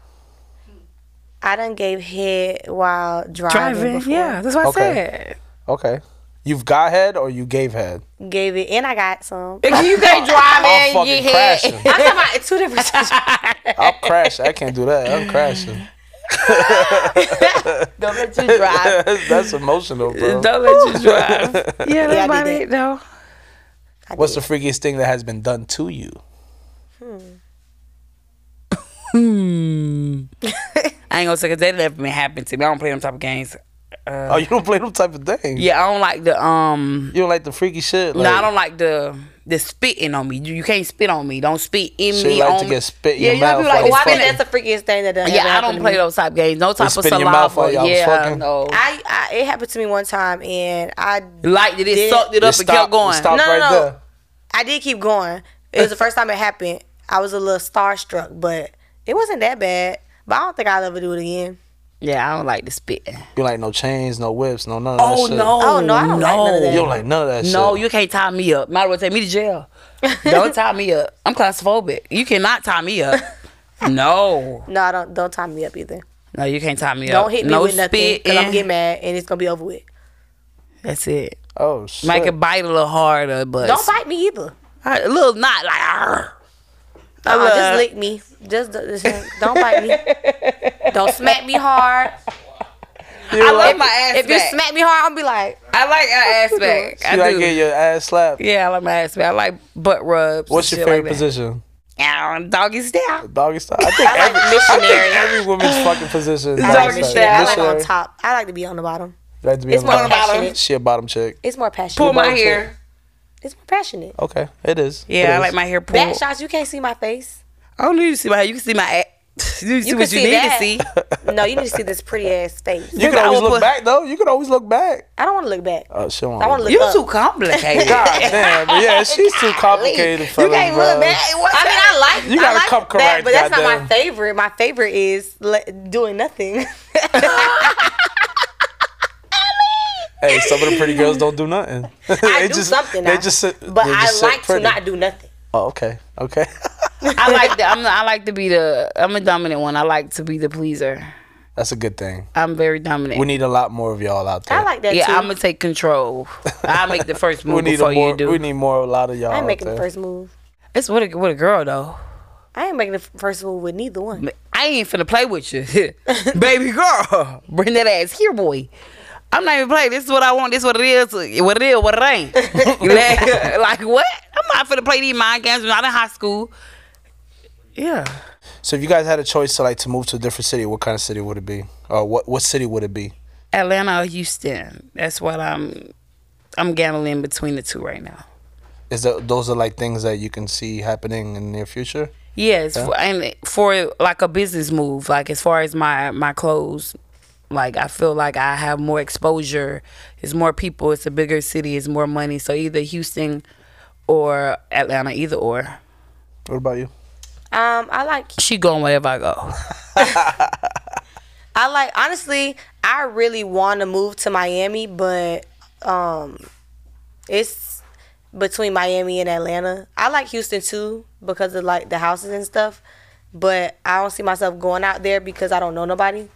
[SPEAKER 3] I done gave head while driving.
[SPEAKER 2] driving.
[SPEAKER 3] before.
[SPEAKER 2] Yeah, that's what
[SPEAKER 1] Okay.
[SPEAKER 2] I said.
[SPEAKER 1] Okay. You've got head or you gave head?
[SPEAKER 3] Gave it, and I got some.
[SPEAKER 2] You can't drive
[SPEAKER 1] I'm
[SPEAKER 2] and
[SPEAKER 1] fucking
[SPEAKER 2] get hit.
[SPEAKER 1] crashing.
[SPEAKER 3] I'm talking about two different.
[SPEAKER 1] I'll crash. I can't do that. I'm crashing.
[SPEAKER 3] Don't let you drive.
[SPEAKER 1] That's emotional, bro.
[SPEAKER 2] Don't let you drive. Yeah, that's
[SPEAKER 3] did
[SPEAKER 2] about
[SPEAKER 3] that.
[SPEAKER 2] it, though.
[SPEAKER 3] I
[SPEAKER 1] What's the
[SPEAKER 3] did.
[SPEAKER 1] freakiest thing that has been done to you?
[SPEAKER 2] Hmm. I ain't gonna say 'cause that never been happened to me. I don't play them type of games. Uh,
[SPEAKER 1] oh, you don't play them type of things.
[SPEAKER 2] Yeah, I don't like the um.
[SPEAKER 1] You don't like the freaky shit. Like,
[SPEAKER 2] no, I don't like the the spitting on me. You, you can't spit on me. Don't spit in
[SPEAKER 1] Shit
[SPEAKER 2] me.
[SPEAKER 1] like
[SPEAKER 2] on
[SPEAKER 1] to
[SPEAKER 2] me.
[SPEAKER 1] get spit in
[SPEAKER 2] yeah,
[SPEAKER 1] your
[SPEAKER 2] you know,
[SPEAKER 1] mouth
[SPEAKER 2] people like
[SPEAKER 1] while
[SPEAKER 3] Well, I
[SPEAKER 2] spitting.
[SPEAKER 3] think that's the freakiest thing that done. ever
[SPEAKER 2] yeah, I
[SPEAKER 3] happened
[SPEAKER 2] don't
[SPEAKER 3] to
[SPEAKER 2] play
[SPEAKER 3] me.
[SPEAKER 2] those type games. No type of
[SPEAKER 1] spit in your mouth while
[SPEAKER 2] saliva.
[SPEAKER 1] y'all was
[SPEAKER 2] Yeah,
[SPEAKER 1] fucking?
[SPEAKER 2] no. I
[SPEAKER 3] I, I it happened to me one time, and I
[SPEAKER 2] liked it. It
[SPEAKER 3] Did-
[SPEAKER 2] sucked it up
[SPEAKER 1] Just
[SPEAKER 2] and
[SPEAKER 1] stop-
[SPEAKER 2] kept going.
[SPEAKER 1] Stop
[SPEAKER 3] No, no,
[SPEAKER 1] right
[SPEAKER 3] no.
[SPEAKER 1] there.
[SPEAKER 3] I did keep going. It was the first time it happened. I was a little starstruck, but it wasn't that bad. But I don't think I'll ever do it again.
[SPEAKER 2] Yeah, I don't like the spitting.
[SPEAKER 1] You like no chains, no whips, no none of that
[SPEAKER 2] Oh
[SPEAKER 1] shit.
[SPEAKER 2] no!
[SPEAKER 3] Oh, no, I don't like none of that.
[SPEAKER 1] You don't like none of that
[SPEAKER 2] No,
[SPEAKER 1] shit.
[SPEAKER 2] you can't tie me up. Might as well take me to jail. Don't tie me up. I'm claustrophobic. You cannot tie me up. No,
[SPEAKER 3] No, I don't. Don't tie me up either.
[SPEAKER 2] no, you can't tie me up.
[SPEAKER 3] Don't hit me
[SPEAKER 2] no
[SPEAKER 3] with nothing because I'm
[SPEAKER 2] spitting.
[SPEAKER 3] getting mad and it's gonna be over with.
[SPEAKER 2] That's it.
[SPEAKER 1] Oh shit.
[SPEAKER 2] Make it bite a little harder, but
[SPEAKER 3] Don't bite me either.
[SPEAKER 2] I- a little not like. "Arr."
[SPEAKER 3] Uh,
[SPEAKER 2] love-
[SPEAKER 3] just lick me. Just, just don't bite me. don't smack me hard.
[SPEAKER 2] I like my ass
[SPEAKER 3] If you
[SPEAKER 2] back.
[SPEAKER 3] smack me hard, I'll be like,
[SPEAKER 2] I like my ass back.
[SPEAKER 1] you
[SPEAKER 2] I
[SPEAKER 1] like
[SPEAKER 2] do.
[SPEAKER 1] getting your ass slapped.
[SPEAKER 2] Yeah, I like my ass back. I like butt rubs.
[SPEAKER 1] What's
[SPEAKER 2] and
[SPEAKER 1] your
[SPEAKER 2] shit
[SPEAKER 1] favorite
[SPEAKER 2] like that.
[SPEAKER 1] position?
[SPEAKER 2] Ow, doggy style.
[SPEAKER 1] Doggy style. I think every,
[SPEAKER 3] missionary.
[SPEAKER 1] every woman's fucking position. is
[SPEAKER 2] Doggy
[SPEAKER 1] doggy
[SPEAKER 2] style.
[SPEAKER 1] style.
[SPEAKER 3] I like on
[SPEAKER 1] Missionary.
[SPEAKER 3] top. I like to be on the bottom.
[SPEAKER 1] You like to be
[SPEAKER 3] It's
[SPEAKER 1] on the
[SPEAKER 3] more
[SPEAKER 1] bottom.
[SPEAKER 3] passionate.
[SPEAKER 1] She a bottom chick.
[SPEAKER 3] It's more passionate.
[SPEAKER 2] Pull my
[SPEAKER 1] bottom
[SPEAKER 2] hair.
[SPEAKER 1] chick.
[SPEAKER 3] It's more passionate.
[SPEAKER 1] Okay, it is. It
[SPEAKER 2] Yeah, I
[SPEAKER 1] is.
[SPEAKER 2] like my hair pulled.
[SPEAKER 3] Back shots, you can't see my face.
[SPEAKER 2] I don't need to see my hair. You can see my ass. You can see
[SPEAKER 3] You
[SPEAKER 2] what
[SPEAKER 3] can
[SPEAKER 2] you
[SPEAKER 3] see
[SPEAKER 2] need
[SPEAKER 3] that.
[SPEAKER 2] to see.
[SPEAKER 3] No, you need to see this pretty ass face.
[SPEAKER 1] You
[SPEAKER 2] Nigga,
[SPEAKER 1] can
[SPEAKER 2] I
[SPEAKER 1] always
[SPEAKER 2] will
[SPEAKER 1] look
[SPEAKER 2] put-
[SPEAKER 1] back though. You can always look back.
[SPEAKER 3] I don't want to look back.
[SPEAKER 1] Oh, she don't.
[SPEAKER 3] I want to look
[SPEAKER 2] You
[SPEAKER 3] up.
[SPEAKER 2] too complicated.
[SPEAKER 1] God damn, but yeah, she's too complicated for
[SPEAKER 2] you can't
[SPEAKER 1] bro.
[SPEAKER 2] look back. What's
[SPEAKER 3] I mean,
[SPEAKER 2] that?
[SPEAKER 3] I like
[SPEAKER 1] You gotta
[SPEAKER 3] I like
[SPEAKER 1] come correct,
[SPEAKER 3] that, but that's not
[SPEAKER 1] goddamn.
[SPEAKER 3] my favorite. My favorite is le- doing nothing.
[SPEAKER 1] Hey, some of the pretty girls don't do nothing.
[SPEAKER 3] I
[SPEAKER 1] They
[SPEAKER 3] do
[SPEAKER 1] just-
[SPEAKER 3] something,
[SPEAKER 1] They
[SPEAKER 3] now,
[SPEAKER 1] just sit,
[SPEAKER 3] but
[SPEAKER 1] they
[SPEAKER 3] I
[SPEAKER 1] just sit
[SPEAKER 3] like to
[SPEAKER 1] pretty.
[SPEAKER 3] not do nothing.
[SPEAKER 1] Oh, okay, okay.
[SPEAKER 2] I like the, I'm the, I like to be the I'm a dominant one. I like to be the pleaser.
[SPEAKER 1] That's a good thing.
[SPEAKER 2] I'm very dominant.
[SPEAKER 1] We need a lot more of y'all out there.
[SPEAKER 3] I like that
[SPEAKER 2] yeah,
[SPEAKER 3] too.
[SPEAKER 2] I'm gonna take control. I make the first
[SPEAKER 1] we
[SPEAKER 2] move
[SPEAKER 1] need a
[SPEAKER 2] before
[SPEAKER 1] more.
[SPEAKER 2] you do.
[SPEAKER 1] We need more. A lot of y'all.
[SPEAKER 3] I ain't
[SPEAKER 1] out
[SPEAKER 3] making the
[SPEAKER 1] there.
[SPEAKER 3] first move.
[SPEAKER 2] it's with a, with a girl though.
[SPEAKER 3] I ain't making the f- first move with neither one.
[SPEAKER 2] I ain't finna play with you, baby girl. Bring that ass here, boy. I'm not even playing. This is what I want. This is what it is. What it is. What it ain't. like, like what? I'm not finna play these mind games. We're not in high school. Yeah.
[SPEAKER 1] So if you guys had a choice to like to move to a different city, what kind of city would it be? Or what what city would it be?
[SPEAKER 2] Atlanta or Houston. That's what I'm I'm gambling between the two right now.
[SPEAKER 1] Is that those are like things that you can see happening in the near future?
[SPEAKER 2] Yes, for, and for like a business move, like as far as my my clothes, like I feel like I have more exposure. It's more people. It's a bigger city. It's more money. So either Houston or Atlanta, either or.
[SPEAKER 1] What about you?
[SPEAKER 3] Um, I like
[SPEAKER 2] She going wherever I go.
[SPEAKER 3] I like honestly, I really want to move to Miami, but um it's between Miami and Atlanta. I like Houston too because of like the houses and stuff, but I don't see myself going out there because I don't know nobody.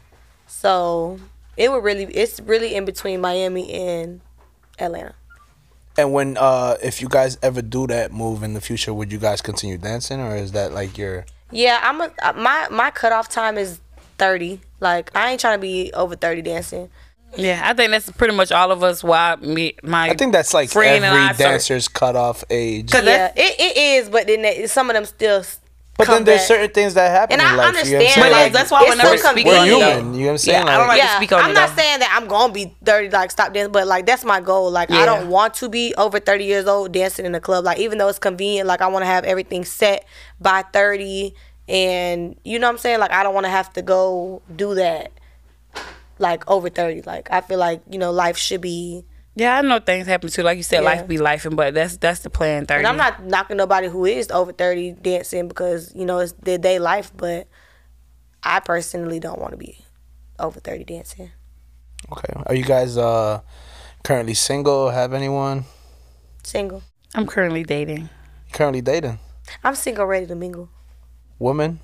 [SPEAKER 3] So, it would really it's really in between Miami and Atlanta.
[SPEAKER 1] And when uh if you guys ever do that move in the future, would you guys continue dancing or is that like your
[SPEAKER 3] Yeah, I'm a uh, my my cutoff time is 30. Like I ain't trying to be over 30 dancing.
[SPEAKER 2] yeah, I think that's pretty much all of us. Why me my
[SPEAKER 1] I think that's like
[SPEAKER 2] Friend and I
[SPEAKER 1] every
[SPEAKER 2] start-
[SPEAKER 1] dancer's cutoff age.
[SPEAKER 2] Cause
[SPEAKER 3] Yeah,
[SPEAKER 2] that's-
[SPEAKER 3] it, it is, but then that, some of them still s-
[SPEAKER 1] But
[SPEAKER 3] come
[SPEAKER 1] then there's
[SPEAKER 3] back.
[SPEAKER 1] certain things that happen
[SPEAKER 3] And
[SPEAKER 1] in
[SPEAKER 3] I
[SPEAKER 1] life. You know what I'm
[SPEAKER 3] understand
[SPEAKER 1] saying?
[SPEAKER 3] that.
[SPEAKER 1] Like,
[SPEAKER 2] That's why I
[SPEAKER 3] It's
[SPEAKER 2] would never
[SPEAKER 3] so
[SPEAKER 2] speak
[SPEAKER 1] we're
[SPEAKER 2] on it. though.
[SPEAKER 1] human. You know what I'm saying?
[SPEAKER 2] Yeah, I don't
[SPEAKER 1] Like-
[SPEAKER 2] like to
[SPEAKER 3] yeah,
[SPEAKER 2] speak on
[SPEAKER 3] I'm
[SPEAKER 2] it.
[SPEAKER 3] not
[SPEAKER 2] though.
[SPEAKER 3] saying that I'm gonna be 30, like stop dancing, but like that's my goal. Like
[SPEAKER 2] Yeah.
[SPEAKER 3] I don't want to be over 30 years old dancing in the club. Like even though it's convenient, like I want to have everything set by 30, and you know what I'm saying. Like I don't want to have to go do that, like over 30. Like I feel like you know life should be.
[SPEAKER 2] Yeah, I know things happen too. Like you said,
[SPEAKER 3] Yeah.
[SPEAKER 2] life be life, and but that's that's the plan. Thirty.
[SPEAKER 3] And I'm not knocking nobody who is over 30 dancing because you know it's their day life, but I personally don't want to be over 30 dancing.
[SPEAKER 1] Okay. Are you guys uh currently single? Have anyone
[SPEAKER 3] Single.
[SPEAKER 2] I'm currently dating.
[SPEAKER 1] currently dating?
[SPEAKER 3] I'm single, ready to mingle.
[SPEAKER 1] Woman?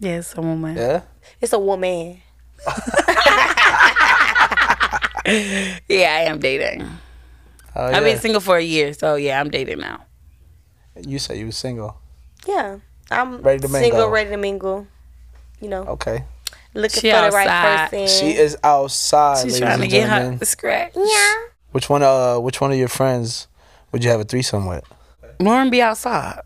[SPEAKER 2] Yes, I'm a woman. Yeah.
[SPEAKER 1] Yeah.
[SPEAKER 3] It's a woman.
[SPEAKER 2] I am dating.
[SPEAKER 1] Oh,
[SPEAKER 2] I've
[SPEAKER 1] yeah.
[SPEAKER 2] been single for a year, so yeah, I'm dating now.
[SPEAKER 1] you said you were single.
[SPEAKER 3] Yeah, I'm
[SPEAKER 1] Ready to mingle.
[SPEAKER 3] single, ready to mingle. You know,
[SPEAKER 1] Okay.
[SPEAKER 3] looking
[SPEAKER 2] She
[SPEAKER 3] for the
[SPEAKER 2] outside.
[SPEAKER 3] right person.
[SPEAKER 1] She is outside,
[SPEAKER 2] She's
[SPEAKER 1] ladies
[SPEAKER 2] trying
[SPEAKER 1] and
[SPEAKER 2] to get her
[SPEAKER 1] gentlemen.
[SPEAKER 2] the scratch.
[SPEAKER 3] yeah.
[SPEAKER 1] Which one? Uh, which one of your friends would you have a threesome with?
[SPEAKER 2] Lauren be outside.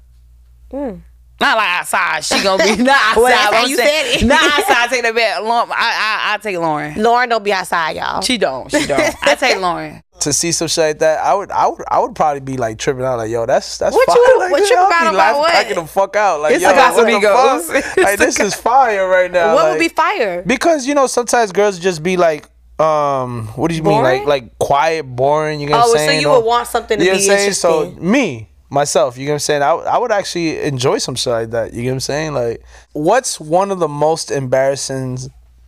[SPEAKER 3] Mm.
[SPEAKER 2] Not like outside. She gonna be not outside.
[SPEAKER 3] Well, that's
[SPEAKER 2] but
[SPEAKER 3] how
[SPEAKER 2] I'm
[SPEAKER 3] you
[SPEAKER 2] saying-
[SPEAKER 3] said it.
[SPEAKER 2] Not outside. I take the bet. Lauren, I, I I take Lauren.
[SPEAKER 3] Lauren don't be outside, y'all.
[SPEAKER 2] She don't. She don't. I take Lauren.
[SPEAKER 1] To see some shit like that, I would, I would, I would probably be like tripping out, like, yo, that's that's
[SPEAKER 2] What
[SPEAKER 1] fire.
[SPEAKER 2] you-
[SPEAKER 1] like,
[SPEAKER 2] what
[SPEAKER 1] yeah,
[SPEAKER 2] you
[SPEAKER 1] I'll be
[SPEAKER 2] about about
[SPEAKER 1] laughing,
[SPEAKER 2] what?
[SPEAKER 1] cracking the fuck out, like,
[SPEAKER 2] It's
[SPEAKER 1] yo,
[SPEAKER 2] the
[SPEAKER 1] what the
[SPEAKER 2] Casamigos.
[SPEAKER 1] fuck?
[SPEAKER 2] It's
[SPEAKER 1] Like,
[SPEAKER 2] the
[SPEAKER 1] this is fire right now.
[SPEAKER 3] what
[SPEAKER 1] like-
[SPEAKER 3] would be fire?
[SPEAKER 1] Because you know, sometimes girls just be like, um, what do you mean,
[SPEAKER 3] Boring?
[SPEAKER 1] like like quiet, boring. You know what
[SPEAKER 3] Oh,
[SPEAKER 1] I'm
[SPEAKER 3] so
[SPEAKER 1] saying?
[SPEAKER 3] you
[SPEAKER 1] Or-
[SPEAKER 3] would want something to
[SPEAKER 1] you know
[SPEAKER 3] be
[SPEAKER 1] what I'm saying? So
[SPEAKER 3] interesting.
[SPEAKER 1] me myself, you know what I'm saying? I I would actually enjoy some shit like that. You know what I'm saying? Like, what's one of the most embarrassing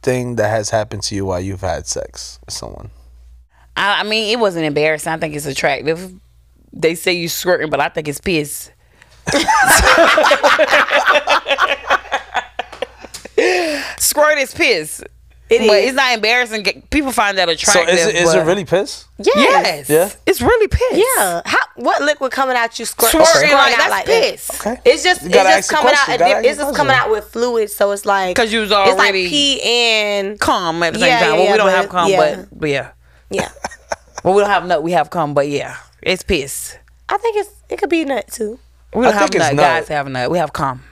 [SPEAKER 1] thing that has happened to you while you've had sex with someone?
[SPEAKER 2] I, I mean, it wasn't embarrassing. I think it's attractive. They say you squirting, but I think it's piss. Squirt is piss,
[SPEAKER 3] It
[SPEAKER 2] but
[SPEAKER 3] is.
[SPEAKER 2] it's not embarrassing. G- People find that
[SPEAKER 1] So
[SPEAKER 2] attractive.
[SPEAKER 1] is it, is it
[SPEAKER 2] but-
[SPEAKER 1] really piss?
[SPEAKER 3] Yes.
[SPEAKER 2] Yes.
[SPEAKER 1] Yeah.
[SPEAKER 2] It's really piss.
[SPEAKER 3] Yeah. How? What liquid coming out you squirt?
[SPEAKER 2] Squirting
[SPEAKER 3] squirting
[SPEAKER 2] like
[SPEAKER 3] out
[SPEAKER 2] that's
[SPEAKER 3] like that?
[SPEAKER 2] piss.
[SPEAKER 1] Okay.
[SPEAKER 3] It's just
[SPEAKER 1] You
[SPEAKER 3] it's
[SPEAKER 1] gotta
[SPEAKER 3] just
[SPEAKER 1] ask the
[SPEAKER 3] coming
[SPEAKER 1] question.
[SPEAKER 3] out.
[SPEAKER 1] You gotta
[SPEAKER 3] It's
[SPEAKER 1] ask the
[SPEAKER 3] just coming
[SPEAKER 1] question.
[SPEAKER 3] out with fluid, so it's like
[SPEAKER 2] 'Cause you was
[SPEAKER 3] it's like
[SPEAKER 2] already-
[SPEAKER 3] pee and
[SPEAKER 2] Calm at the same
[SPEAKER 3] Yeah,
[SPEAKER 2] time.
[SPEAKER 3] yeah,
[SPEAKER 2] well, we
[SPEAKER 3] yeah,
[SPEAKER 2] don't
[SPEAKER 3] but-
[SPEAKER 2] have calm,
[SPEAKER 3] yeah.
[SPEAKER 2] but, but yeah.
[SPEAKER 3] yeah.
[SPEAKER 2] Well, we don't have nut. We have cum, but yeah, it's piss.
[SPEAKER 3] I think it's it could be nut too.
[SPEAKER 2] We don't
[SPEAKER 1] I
[SPEAKER 2] have
[SPEAKER 1] think it's
[SPEAKER 2] nut.
[SPEAKER 1] nut.
[SPEAKER 2] Guys have nut. We have cum.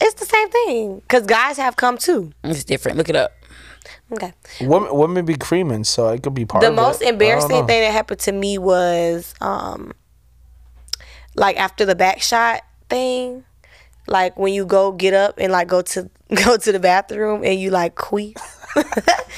[SPEAKER 3] It's the same thing because guys have come too.
[SPEAKER 2] It's different. Look it up.
[SPEAKER 3] Okay.
[SPEAKER 1] Women women be creaming, so it could be part
[SPEAKER 3] the
[SPEAKER 1] of it.
[SPEAKER 3] most
[SPEAKER 1] I don't know.
[SPEAKER 3] embarrassing thing that happened to me was um like after the back shot thing like when you go get up and like go to go to the bathroom and you like queef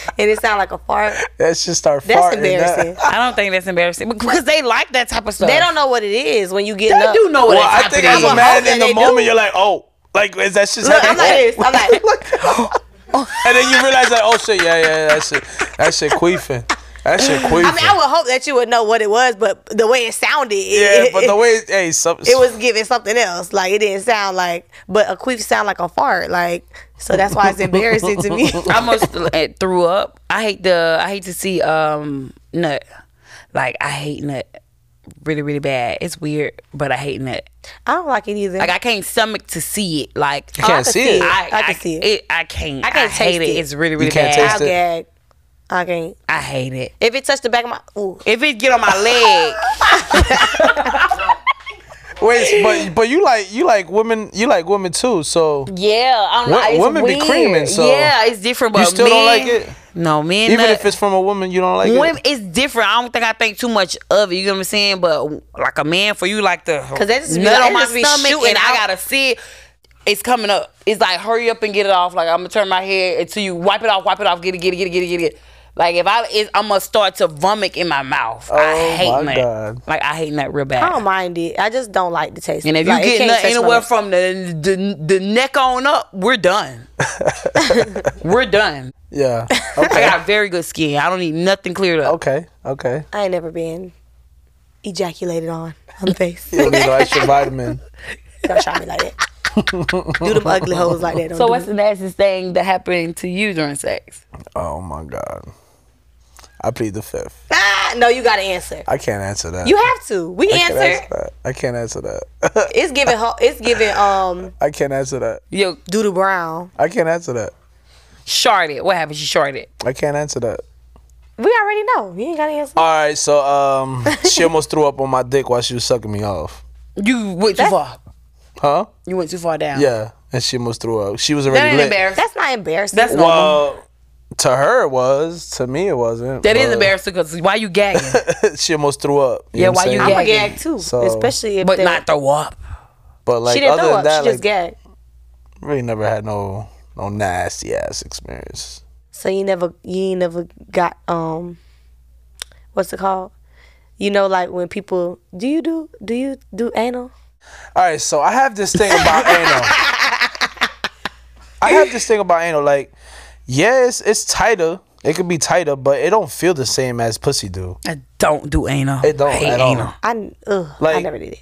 [SPEAKER 3] and it sound like a fart
[SPEAKER 1] That's just start
[SPEAKER 3] that's
[SPEAKER 1] farting.
[SPEAKER 3] embarrassing
[SPEAKER 2] I don't think that's embarrassing because they like that type of stuff.
[SPEAKER 3] they don't know what it is when you get
[SPEAKER 2] They
[SPEAKER 3] up
[SPEAKER 2] do know what
[SPEAKER 1] Well,
[SPEAKER 2] it's
[SPEAKER 1] I think as
[SPEAKER 2] happening.
[SPEAKER 1] a man in the
[SPEAKER 3] that they
[SPEAKER 1] moment,
[SPEAKER 3] do.
[SPEAKER 1] you're like, oh, like is that shit?
[SPEAKER 3] Look, I'm like this. I'm like,
[SPEAKER 1] and then you realize like, oh shit, yeah, yeah, that shit, that shit queefing, that shit queefing.
[SPEAKER 3] I mean, I would hope that you would know what it was, but the way it sounded, it,
[SPEAKER 1] yeah, but the way, hey, some,
[SPEAKER 3] it was giving something else. Like it didn't sound like, but a queef sound like a fart. Like so that's why it's embarrassing to me.
[SPEAKER 2] I almost like, threw up. I hate the I hate to see um nut. Like I hate nut really really bad. It's weird, but I hate nut.
[SPEAKER 3] I don't like it either.
[SPEAKER 2] Like I can't stomach to see it. Like
[SPEAKER 1] You can't
[SPEAKER 3] I could
[SPEAKER 1] see
[SPEAKER 3] see
[SPEAKER 1] it.
[SPEAKER 3] it.
[SPEAKER 2] I,
[SPEAKER 3] I can see it.
[SPEAKER 2] I can't. I
[SPEAKER 3] I
[SPEAKER 2] can't
[SPEAKER 3] can't
[SPEAKER 2] hate it.
[SPEAKER 3] taste it.
[SPEAKER 2] It's really really
[SPEAKER 1] You can't
[SPEAKER 2] bad.
[SPEAKER 1] taste
[SPEAKER 3] I'll
[SPEAKER 1] it.
[SPEAKER 3] gag. I can't.
[SPEAKER 2] I hate it.
[SPEAKER 3] If it touched the back of my, ooh,
[SPEAKER 2] If it get on my leg,
[SPEAKER 1] Wait, but but you like you like women you like women too. So
[SPEAKER 2] yeah, I'm
[SPEAKER 1] Wo-
[SPEAKER 2] like it's
[SPEAKER 1] women be
[SPEAKER 2] weird.
[SPEAKER 1] creaming, so
[SPEAKER 2] yeah, it's different. But
[SPEAKER 1] you still
[SPEAKER 2] men,
[SPEAKER 1] don't like it,
[SPEAKER 2] No, men.
[SPEAKER 1] even
[SPEAKER 2] nut-
[SPEAKER 1] if it's from a woman, you don't like
[SPEAKER 2] Women,
[SPEAKER 1] it.
[SPEAKER 2] it's different. I don't think I think too much of it. You know what I'm saying? But like a man, for you, like the because
[SPEAKER 3] that just be
[SPEAKER 2] nut
[SPEAKER 3] like-
[SPEAKER 2] on
[SPEAKER 3] it
[SPEAKER 2] my
[SPEAKER 3] just be
[SPEAKER 2] stomach,
[SPEAKER 3] shooting
[SPEAKER 2] and I
[SPEAKER 3] out.
[SPEAKER 2] gotta see it. It's coming up. It's like hurry up and get it off. Like I'm gonna turn my head until you wipe it off, wipe it off, get it, get it, get it, get it, get it. Like if I, it's, I'm gonna start to vomit in my mouth. I
[SPEAKER 1] Oh,
[SPEAKER 2] hate
[SPEAKER 1] my
[SPEAKER 2] that.
[SPEAKER 1] God.
[SPEAKER 2] Like I hate that real bad.
[SPEAKER 3] I don't mind it. I just don't like the taste.
[SPEAKER 2] and if
[SPEAKER 3] Like,
[SPEAKER 2] you
[SPEAKER 3] it
[SPEAKER 2] get
[SPEAKER 3] can't
[SPEAKER 2] nut
[SPEAKER 3] touch my
[SPEAKER 2] anywhere
[SPEAKER 3] lips.
[SPEAKER 2] from the, the the neck on up, we're done. we're done.
[SPEAKER 1] Yeah.
[SPEAKER 2] I
[SPEAKER 1] Okay.
[SPEAKER 2] got very good skin. I don't need nothing cleared up.
[SPEAKER 1] okay. Okay.
[SPEAKER 3] I ain't never been ejaculated on on the face.
[SPEAKER 1] You need an extra vitamin.
[SPEAKER 3] Don't shot me like that. Do them ugly hoes like that. Don't
[SPEAKER 2] So
[SPEAKER 3] do
[SPEAKER 2] what's
[SPEAKER 3] it.
[SPEAKER 2] the nastiest thing that happened to you during sex?
[SPEAKER 1] Oh my god. I plead the fifth.
[SPEAKER 3] Ah, no, you gotta answer.
[SPEAKER 1] I can't answer that.
[SPEAKER 3] You have to. We
[SPEAKER 1] I can't answer
[SPEAKER 3] answer.
[SPEAKER 1] that. I can't answer that.
[SPEAKER 3] It's giving. Ho- it's giving. Um,
[SPEAKER 1] I can't answer that.
[SPEAKER 2] Yo,
[SPEAKER 3] Doodle Brown.
[SPEAKER 1] I can't answer that.
[SPEAKER 2] sharded. What happened? She sharded.
[SPEAKER 1] I can't answer that.
[SPEAKER 3] We already know. You ain't gotta answer.
[SPEAKER 1] All right, so um, she almost threw up on my dick while she was sucking me off.
[SPEAKER 2] You went too far.
[SPEAKER 1] Huh?
[SPEAKER 2] You went too far down.
[SPEAKER 1] Yeah. and she almost threw up. She was
[SPEAKER 2] That
[SPEAKER 1] already
[SPEAKER 2] ain't
[SPEAKER 1] lit.
[SPEAKER 2] embarrassing.
[SPEAKER 3] That's not embarrassing.
[SPEAKER 2] That's normal.
[SPEAKER 1] Well, to her it was. To me it wasn't.
[SPEAKER 2] that is
[SPEAKER 1] but
[SPEAKER 2] embarrassing because why you gagging?
[SPEAKER 1] She almost threw up.
[SPEAKER 2] Yeah,
[SPEAKER 1] know what
[SPEAKER 2] why
[SPEAKER 1] I'm
[SPEAKER 2] you
[SPEAKER 1] saying?
[SPEAKER 3] I'm
[SPEAKER 2] gagging?
[SPEAKER 3] a gag too,
[SPEAKER 1] So-
[SPEAKER 3] especially if
[SPEAKER 2] but
[SPEAKER 3] they-
[SPEAKER 2] not throw up.
[SPEAKER 1] But like
[SPEAKER 3] she didn't
[SPEAKER 1] other
[SPEAKER 3] throw
[SPEAKER 1] than
[SPEAKER 3] up.
[SPEAKER 1] that,
[SPEAKER 3] she
[SPEAKER 1] like
[SPEAKER 3] just gagged.
[SPEAKER 1] really never had no no nasty ass experience.
[SPEAKER 3] So you never you ain't never got um what's it called? You know, like when people do you do do you do anal?
[SPEAKER 1] All right, so I have this thing about anal. I have this thing about anal. Like, yeah, it's, it's tighter. It could be tighter, but it don't feel the same as pussy do.
[SPEAKER 2] I don't do anal.
[SPEAKER 1] It don't
[SPEAKER 2] I hate
[SPEAKER 1] at all.
[SPEAKER 2] anal.
[SPEAKER 3] I ugh, I
[SPEAKER 1] Like-
[SPEAKER 3] never did it.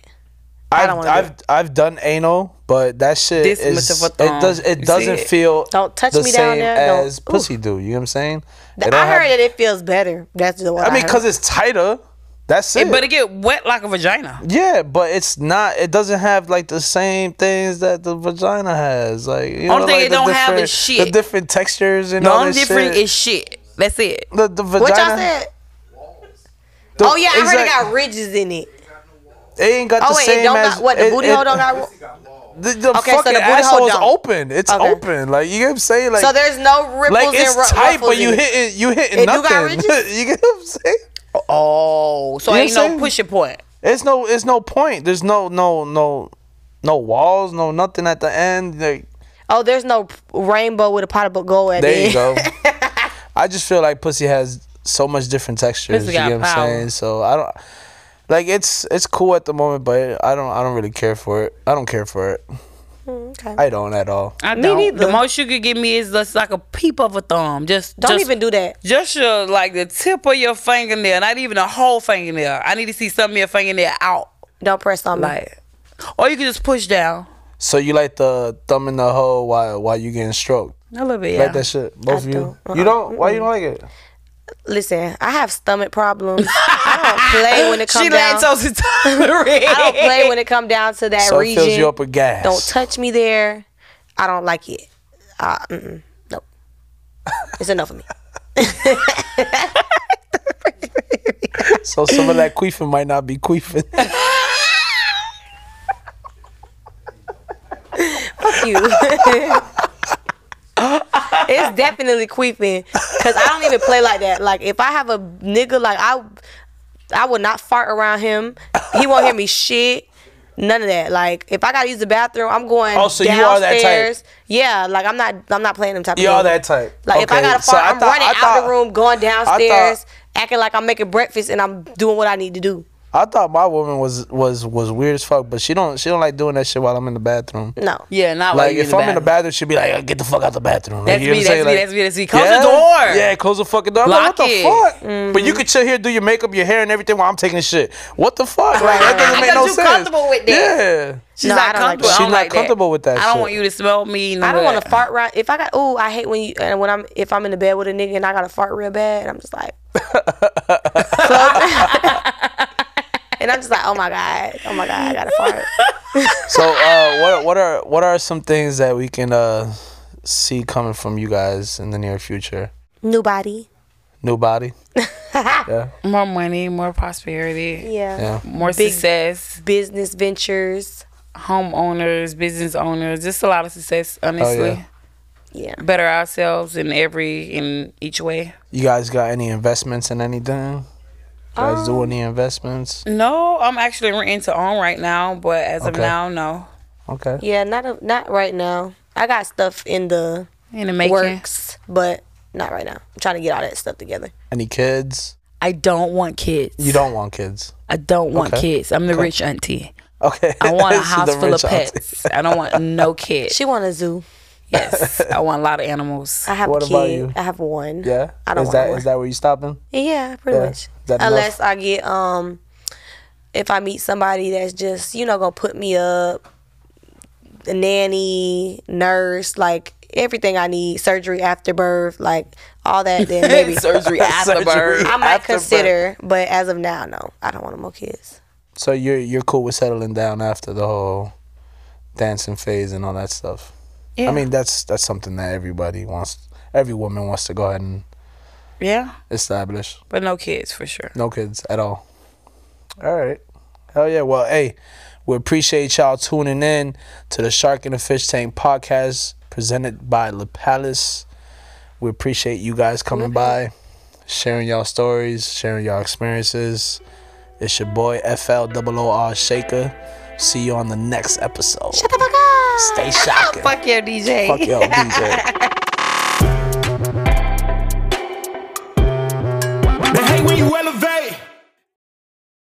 [SPEAKER 1] I've,
[SPEAKER 3] don't wanna do
[SPEAKER 1] I've, I've done anal, but that shit
[SPEAKER 2] This
[SPEAKER 1] is
[SPEAKER 2] much of a
[SPEAKER 1] it
[SPEAKER 2] thong.
[SPEAKER 1] does
[SPEAKER 2] You
[SPEAKER 1] it doesn't
[SPEAKER 2] see it?
[SPEAKER 1] feel
[SPEAKER 3] Don't touch
[SPEAKER 1] the
[SPEAKER 3] me down
[SPEAKER 1] same
[SPEAKER 3] there, don't-
[SPEAKER 1] as
[SPEAKER 3] Ooh.
[SPEAKER 1] pussy do. You know what I'm saying? It don't
[SPEAKER 3] I
[SPEAKER 1] have-
[SPEAKER 3] heard that it feels better. That's the one.
[SPEAKER 1] I mean,
[SPEAKER 3] heard.
[SPEAKER 1] cause it's tighter. That's it.
[SPEAKER 2] But it get wet like a vagina.
[SPEAKER 1] yeah, but it's not. It doesn't have like the same things that the vagina has. Like you
[SPEAKER 2] Only
[SPEAKER 1] know,
[SPEAKER 2] thing
[SPEAKER 1] like,
[SPEAKER 2] it
[SPEAKER 1] the
[SPEAKER 2] don't have is
[SPEAKER 1] different- The
[SPEAKER 2] shit.
[SPEAKER 1] different textures and
[SPEAKER 2] The
[SPEAKER 1] all
[SPEAKER 2] only
[SPEAKER 1] that
[SPEAKER 2] different
[SPEAKER 1] shit.
[SPEAKER 2] is shit. That's it.
[SPEAKER 1] the, the vagina.
[SPEAKER 3] what y'all said.
[SPEAKER 1] the-
[SPEAKER 3] Oh yeah, I heard it
[SPEAKER 1] exact-
[SPEAKER 3] got ridges in it.
[SPEAKER 1] It ain't got
[SPEAKER 3] Oh
[SPEAKER 1] the
[SPEAKER 3] wait,
[SPEAKER 1] same
[SPEAKER 3] it don't
[SPEAKER 1] as
[SPEAKER 3] got what the
[SPEAKER 1] it-
[SPEAKER 3] booty
[SPEAKER 1] it-
[SPEAKER 3] hole don't got.
[SPEAKER 1] The, the
[SPEAKER 3] Okay, so
[SPEAKER 1] fucking
[SPEAKER 3] the booty hole
[SPEAKER 1] asshole's
[SPEAKER 3] don't.
[SPEAKER 1] open. It's
[SPEAKER 3] Okay.
[SPEAKER 1] open. Like you get what I'm saying? Like
[SPEAKER 3] So there's no ripples
[SPEAKER 1] like it's
[SPEAKER 3] and ru-
[SPEAKER 1] tight,
[SPEAKER 3] ruffles
[SPEAKER 1] but you
[SPEAKER 3] in it.
[SPEAKER 1] hitting you hitting
[SPEAKER 3] It do got
[SPEAKER 1] nothing.
[SPEAKER 3] ridges?
[SPEAKER 1] you get what I'm saying?
[SPEAKER 2] Oh, so
[SPEAKER 1] You know what
[SPEAKER 2] ain't
[SPEAKER 1] I'm
[SPEAKER 2] no
[SPEAKER 1] saying?
[SPEAKER 2] push your point.
[SPEAKER 1] It's no it's no point. There's no no no no walls, no nothing at the end. Like,
[SPEAKER 3] Oh, there's no p- rainbow with a pot of gold at the
[SPEAKER 1] there you go.
[SPEAKER 3] end.
[SPEAKER 1] I just feel like pussy has so much different textures.
[SPEAKER 2] Pussy
[SPEAKER 1] You
[SPEAKER 2] got
[SPEAKER 1] get what
[SPEAKER 2] power.
[SPEAKER 1] I'm saying? So I don't like it's it's cool at the moment, but I don't I don't really care for it. I don't care for it.
[SPEAKER 3] Mm, okay.
[SPEAKER 1] I don't at all.
[SPEAKER 2] I
[SPEAKER 3] Me
[SPEAKER 2] don't.
[SPEAKER 3] neither.
[SPEAKER 2] The most you could give me is just like a peep of a thumb. Just
[SPEAKER 3] Don't
[SPEAKER 2] just-
[SPEAKER 3] even do that.
[SPEAKER 2] Just your like the tip of your fingernail, not even a whole fingernail. I need to see some of your fingernail out,
[SPEAKER 3] Don't press on me.
[SPEAKER 2] like, or you can just push down
[SPEAKER 1] So you like the thumb in the hole while while you getting stroked?
[SPEAKER 2] a little bit.
[SPEAKER 1] You
[SPEAKER 2] Yeah.
[SPEAKER 1] Like that shit, both of you.
[SPEAKER 3] don't. Uh-uh.
[SPEAKER 1] You don't? Why you don't like it?
[SPEAKER 3] Listen, I have stomach problems. I don't play when it comes
[SPEAKER 2] she
[SPEAKER 3] down.
[SPEAKER 2] lactose intolerant.
[SPEAKER 3] I don't play when it come down to that
[SPEAKER 1] So it
[SPEAKER 3] region.
[SPEAKER 1] fills you up with gas.
[SPEAKER 3] Don't touch me there. I don't like it. Uh, mm-mm. Nope. It's enough of me.
[SPEAKER 1] so some of that queefing might not be queefing.
[SPEAKER 3] Fuck you. it's definitely queefing because I don't even play like that. Like if I have a nigga, like I, I would not fart around him. He won't hear me shit. None of that. Like if I gotta use the bathroom, I'm going
[SPEAKER 1] Oh, so you are
[SPEAKER 3] downstairs.
[SPEAKER 1] that type.
[SPEAKER 3] Yeah, like I'm not. I'm not playing them type. of
[SPEAKER 1] You are
[SPEAKER 3] games.
[SPEAKER 1] that type.
[SPEAKER 3] Like if I
[SPEAKER 1] Okay,
[SPEAKER 3] gotta fart,
[SPEAKER 1] so I
[SPEAKER 3] I'm
[SPEAKER 1] thought-
[SPEAKER 3] running
[SPEAKER 1] I
[SPEAKER 3] out the
[SPEAKER 1] thought-
[SPEAKER 3] room, going downstairs, acting like I'm making breakfast and I'm doing what I need to do.
[SPEAKER 1] I thought my woman was was was weird as fuck, but she don't she don't like doing that shit while I'm in the bathroom.
[SPEAKER 3] No.
[SPEAKER 2] yeah, not
[SPEAKER 1] Like if I'm in the
[SPEAKER 2] back.
[SPEAKER 1] bathroom, she'd be like, "Uh, "Get the fuck out the bathroom." Like,
[SPEAKER 2] That's
[SPEAKER 1] you know
[SPEAKER 2] me,
[SPEAKER 1] what I'm saying?
[SPEAKER 2] that's me,
[SPEAKER 1] Like,
[SPEAKER 2] that's me, that's me. Close the door.
[SPEAKER 1] Yeah, close the fucking door. I'm
[SPEAKER 2] Lock
[SPEAKER 1] like, what the
[SPEAKER 2] it. Mm-hmm.
[SPEAKER 1] fuck? But you could chill here, do your makeup, your hair, and everything while I'm taking a shit. What the fuck? Like, that doesn't make
[SPEAKER 2] Because
[SPEAKER 1] no
[SPEAKER 2] you
[SPEAKER 1] sense.
[SPEAKER 2] comfortable with that.
[SPEAKER 1] Yeah.
[SPEAKER 2] She's
[SPEAKER 3] No, I
[SPEAKER 2] not
[SPEAKER 3] don't like
[SPEAKER 2] comfortable.
[SPEAKER 3] that.
[SPEAKER 2] I
[SPEAKER 1] She's
[SPEAKER 2] don't
[SPEAKER 1] not
[SPEAKER 2] like that.
[SPEAKER 1] comfortable with that
[SPEAKER 2] I don't
[SPEAKER 1] shit.
[SPEAKER 2] want you to smell me. none
[SPEAKER 3] I don't
[SPEAKER 2] of
[SPEAKER 3] want
[SPEAKER 2] that.
[SPEAKER 3] to fart right. If I got, oh, I hate when you and when I'm if I'm in the bed with a nigga and I gotta fart real bad, and I'm just like, and I'm just like, oh my god, oh my god, I gotta fart.
[SPEAKER 1] So
[SPEAKER 2] "Ah."
[SPEAKER 1] uh, what what are what are some things that we can uh, see coming from you guys in the near future?
[SPEAKER 3] New body.
[SPEAKER 1] New body. yeah.
[SPEAKER 2] more money, more prosperity,
[SPEAKER 3] Yeah.
[SPEAKER 1] Yeah.
[SPEAKER 2] more success.
[SPEAKER 3] Business ventures.
[SPEAKER 2] Homeowners, business owners, just a lot of success. Honestly,
[SPEAKER 1] Oh, yeah.
[SPEAKER 3] Yeah.
[SPEAKER 2] better ourselves in every in each way.
[SPEAKER 1] You guys got any investments in anything? You guys do
[SPEAKER 2] Um,
[SPEAKER 1] any investments?
[SPEAKER 2] No, I'm actually renting to own right now, but as of
[SPEAKER 1] Okay.
[SPEAKER 2] now, no.
[SPEAKER 1] Okay.
[SPEAKER 3] Yeah. Not a, not right now. I got stuff in the
[SPEAKER 2] In the making.
[SPEAKER 3] works, but not right now. I'm trying to get all that stuff together.
[SPEAKER 1] Any kids?
[SPEAKER 2] I don't want kids.
[SPEAKER 1] You don't want kids.
[SPEAKER 2] I don't want
[SPEAKER 1] Okay.
[SPEAKER 2] kids. I'm the rich auntie.
[SPEAKER 1] Okay.
[SPEAKER 2] I want a
[SPEAKER 1] She's
[SPEAKER 2] house
[SPEAKER 1] the
[SPEAKER 2] full of
[SPEAKER 1] rich auntie.
[SPEAKER 2] pets. I don't want no kids.
[SPEAKER 3] She want a zoo.
[SPEAKER 2] Yes, I want a lot of animals.
[SPEAKER 3] I have
[SPEAKER 1] What
[SPEAKER 3] a kid.
[SPEAKER 1] about you?
[SPEAKER 3] I have one.
[SPEAKER 1] Yeah.
[SPEAKER 3] I don't
[SPEAKER 1] is
[SPEAKER 3] want
[SPEAKER 1] that
[SPEAKER 3] one.
[SPEAKER 1] is that where you stopping?
[SPEAKER 3] Yeah, pretty
[SPEAKER 1] Yeah.
[SPEAKER 3] much.
[SPEAKER 1] Is that enough?
[SPEAKER 3] Unless I get um, if I meet somebody that's just you know gonna put me up, a nanny, nurse, like everything I need, surgery after birth, like all that. Then maybe
[SPEAKER 2] Surgery
[SPEAKER 1] Surgery.
[SPEAKER 2] after birth.
[SPEAKER 3] I might
[SPEAKER 1] after birth.
[SPEAKER 3] consider, but as of now, no, I don't want no more kids.
[SPEAKER 1] So you're you're cool with settling down after the whole dancing phase and all that stuff.
[SPEAKER 2] Yeah.
[SPEAKER 1] I mean that's that's something that everybody wants every woman wants to go ahead and
[SPEAKER 2] Yeah,
[SPEAKER 1] establish.
[SPEAKER 2] but no kids for sure.
[SPEAKER 1] No kids at all. All right. Hell yeah. Well, hey, We appreciate y'all tuning in to the Shark and the Fish Tank podcast presented by La Palace. We appreciate you guys coming by, sharing y'all stories, sharing y'all experiences. It's your boy FLOOR Shaker. See you on the next episode. Stay shocking.
[SPEAKER 5] Fuck your DJ.
[SPEAKER 1] Fuck your DJ.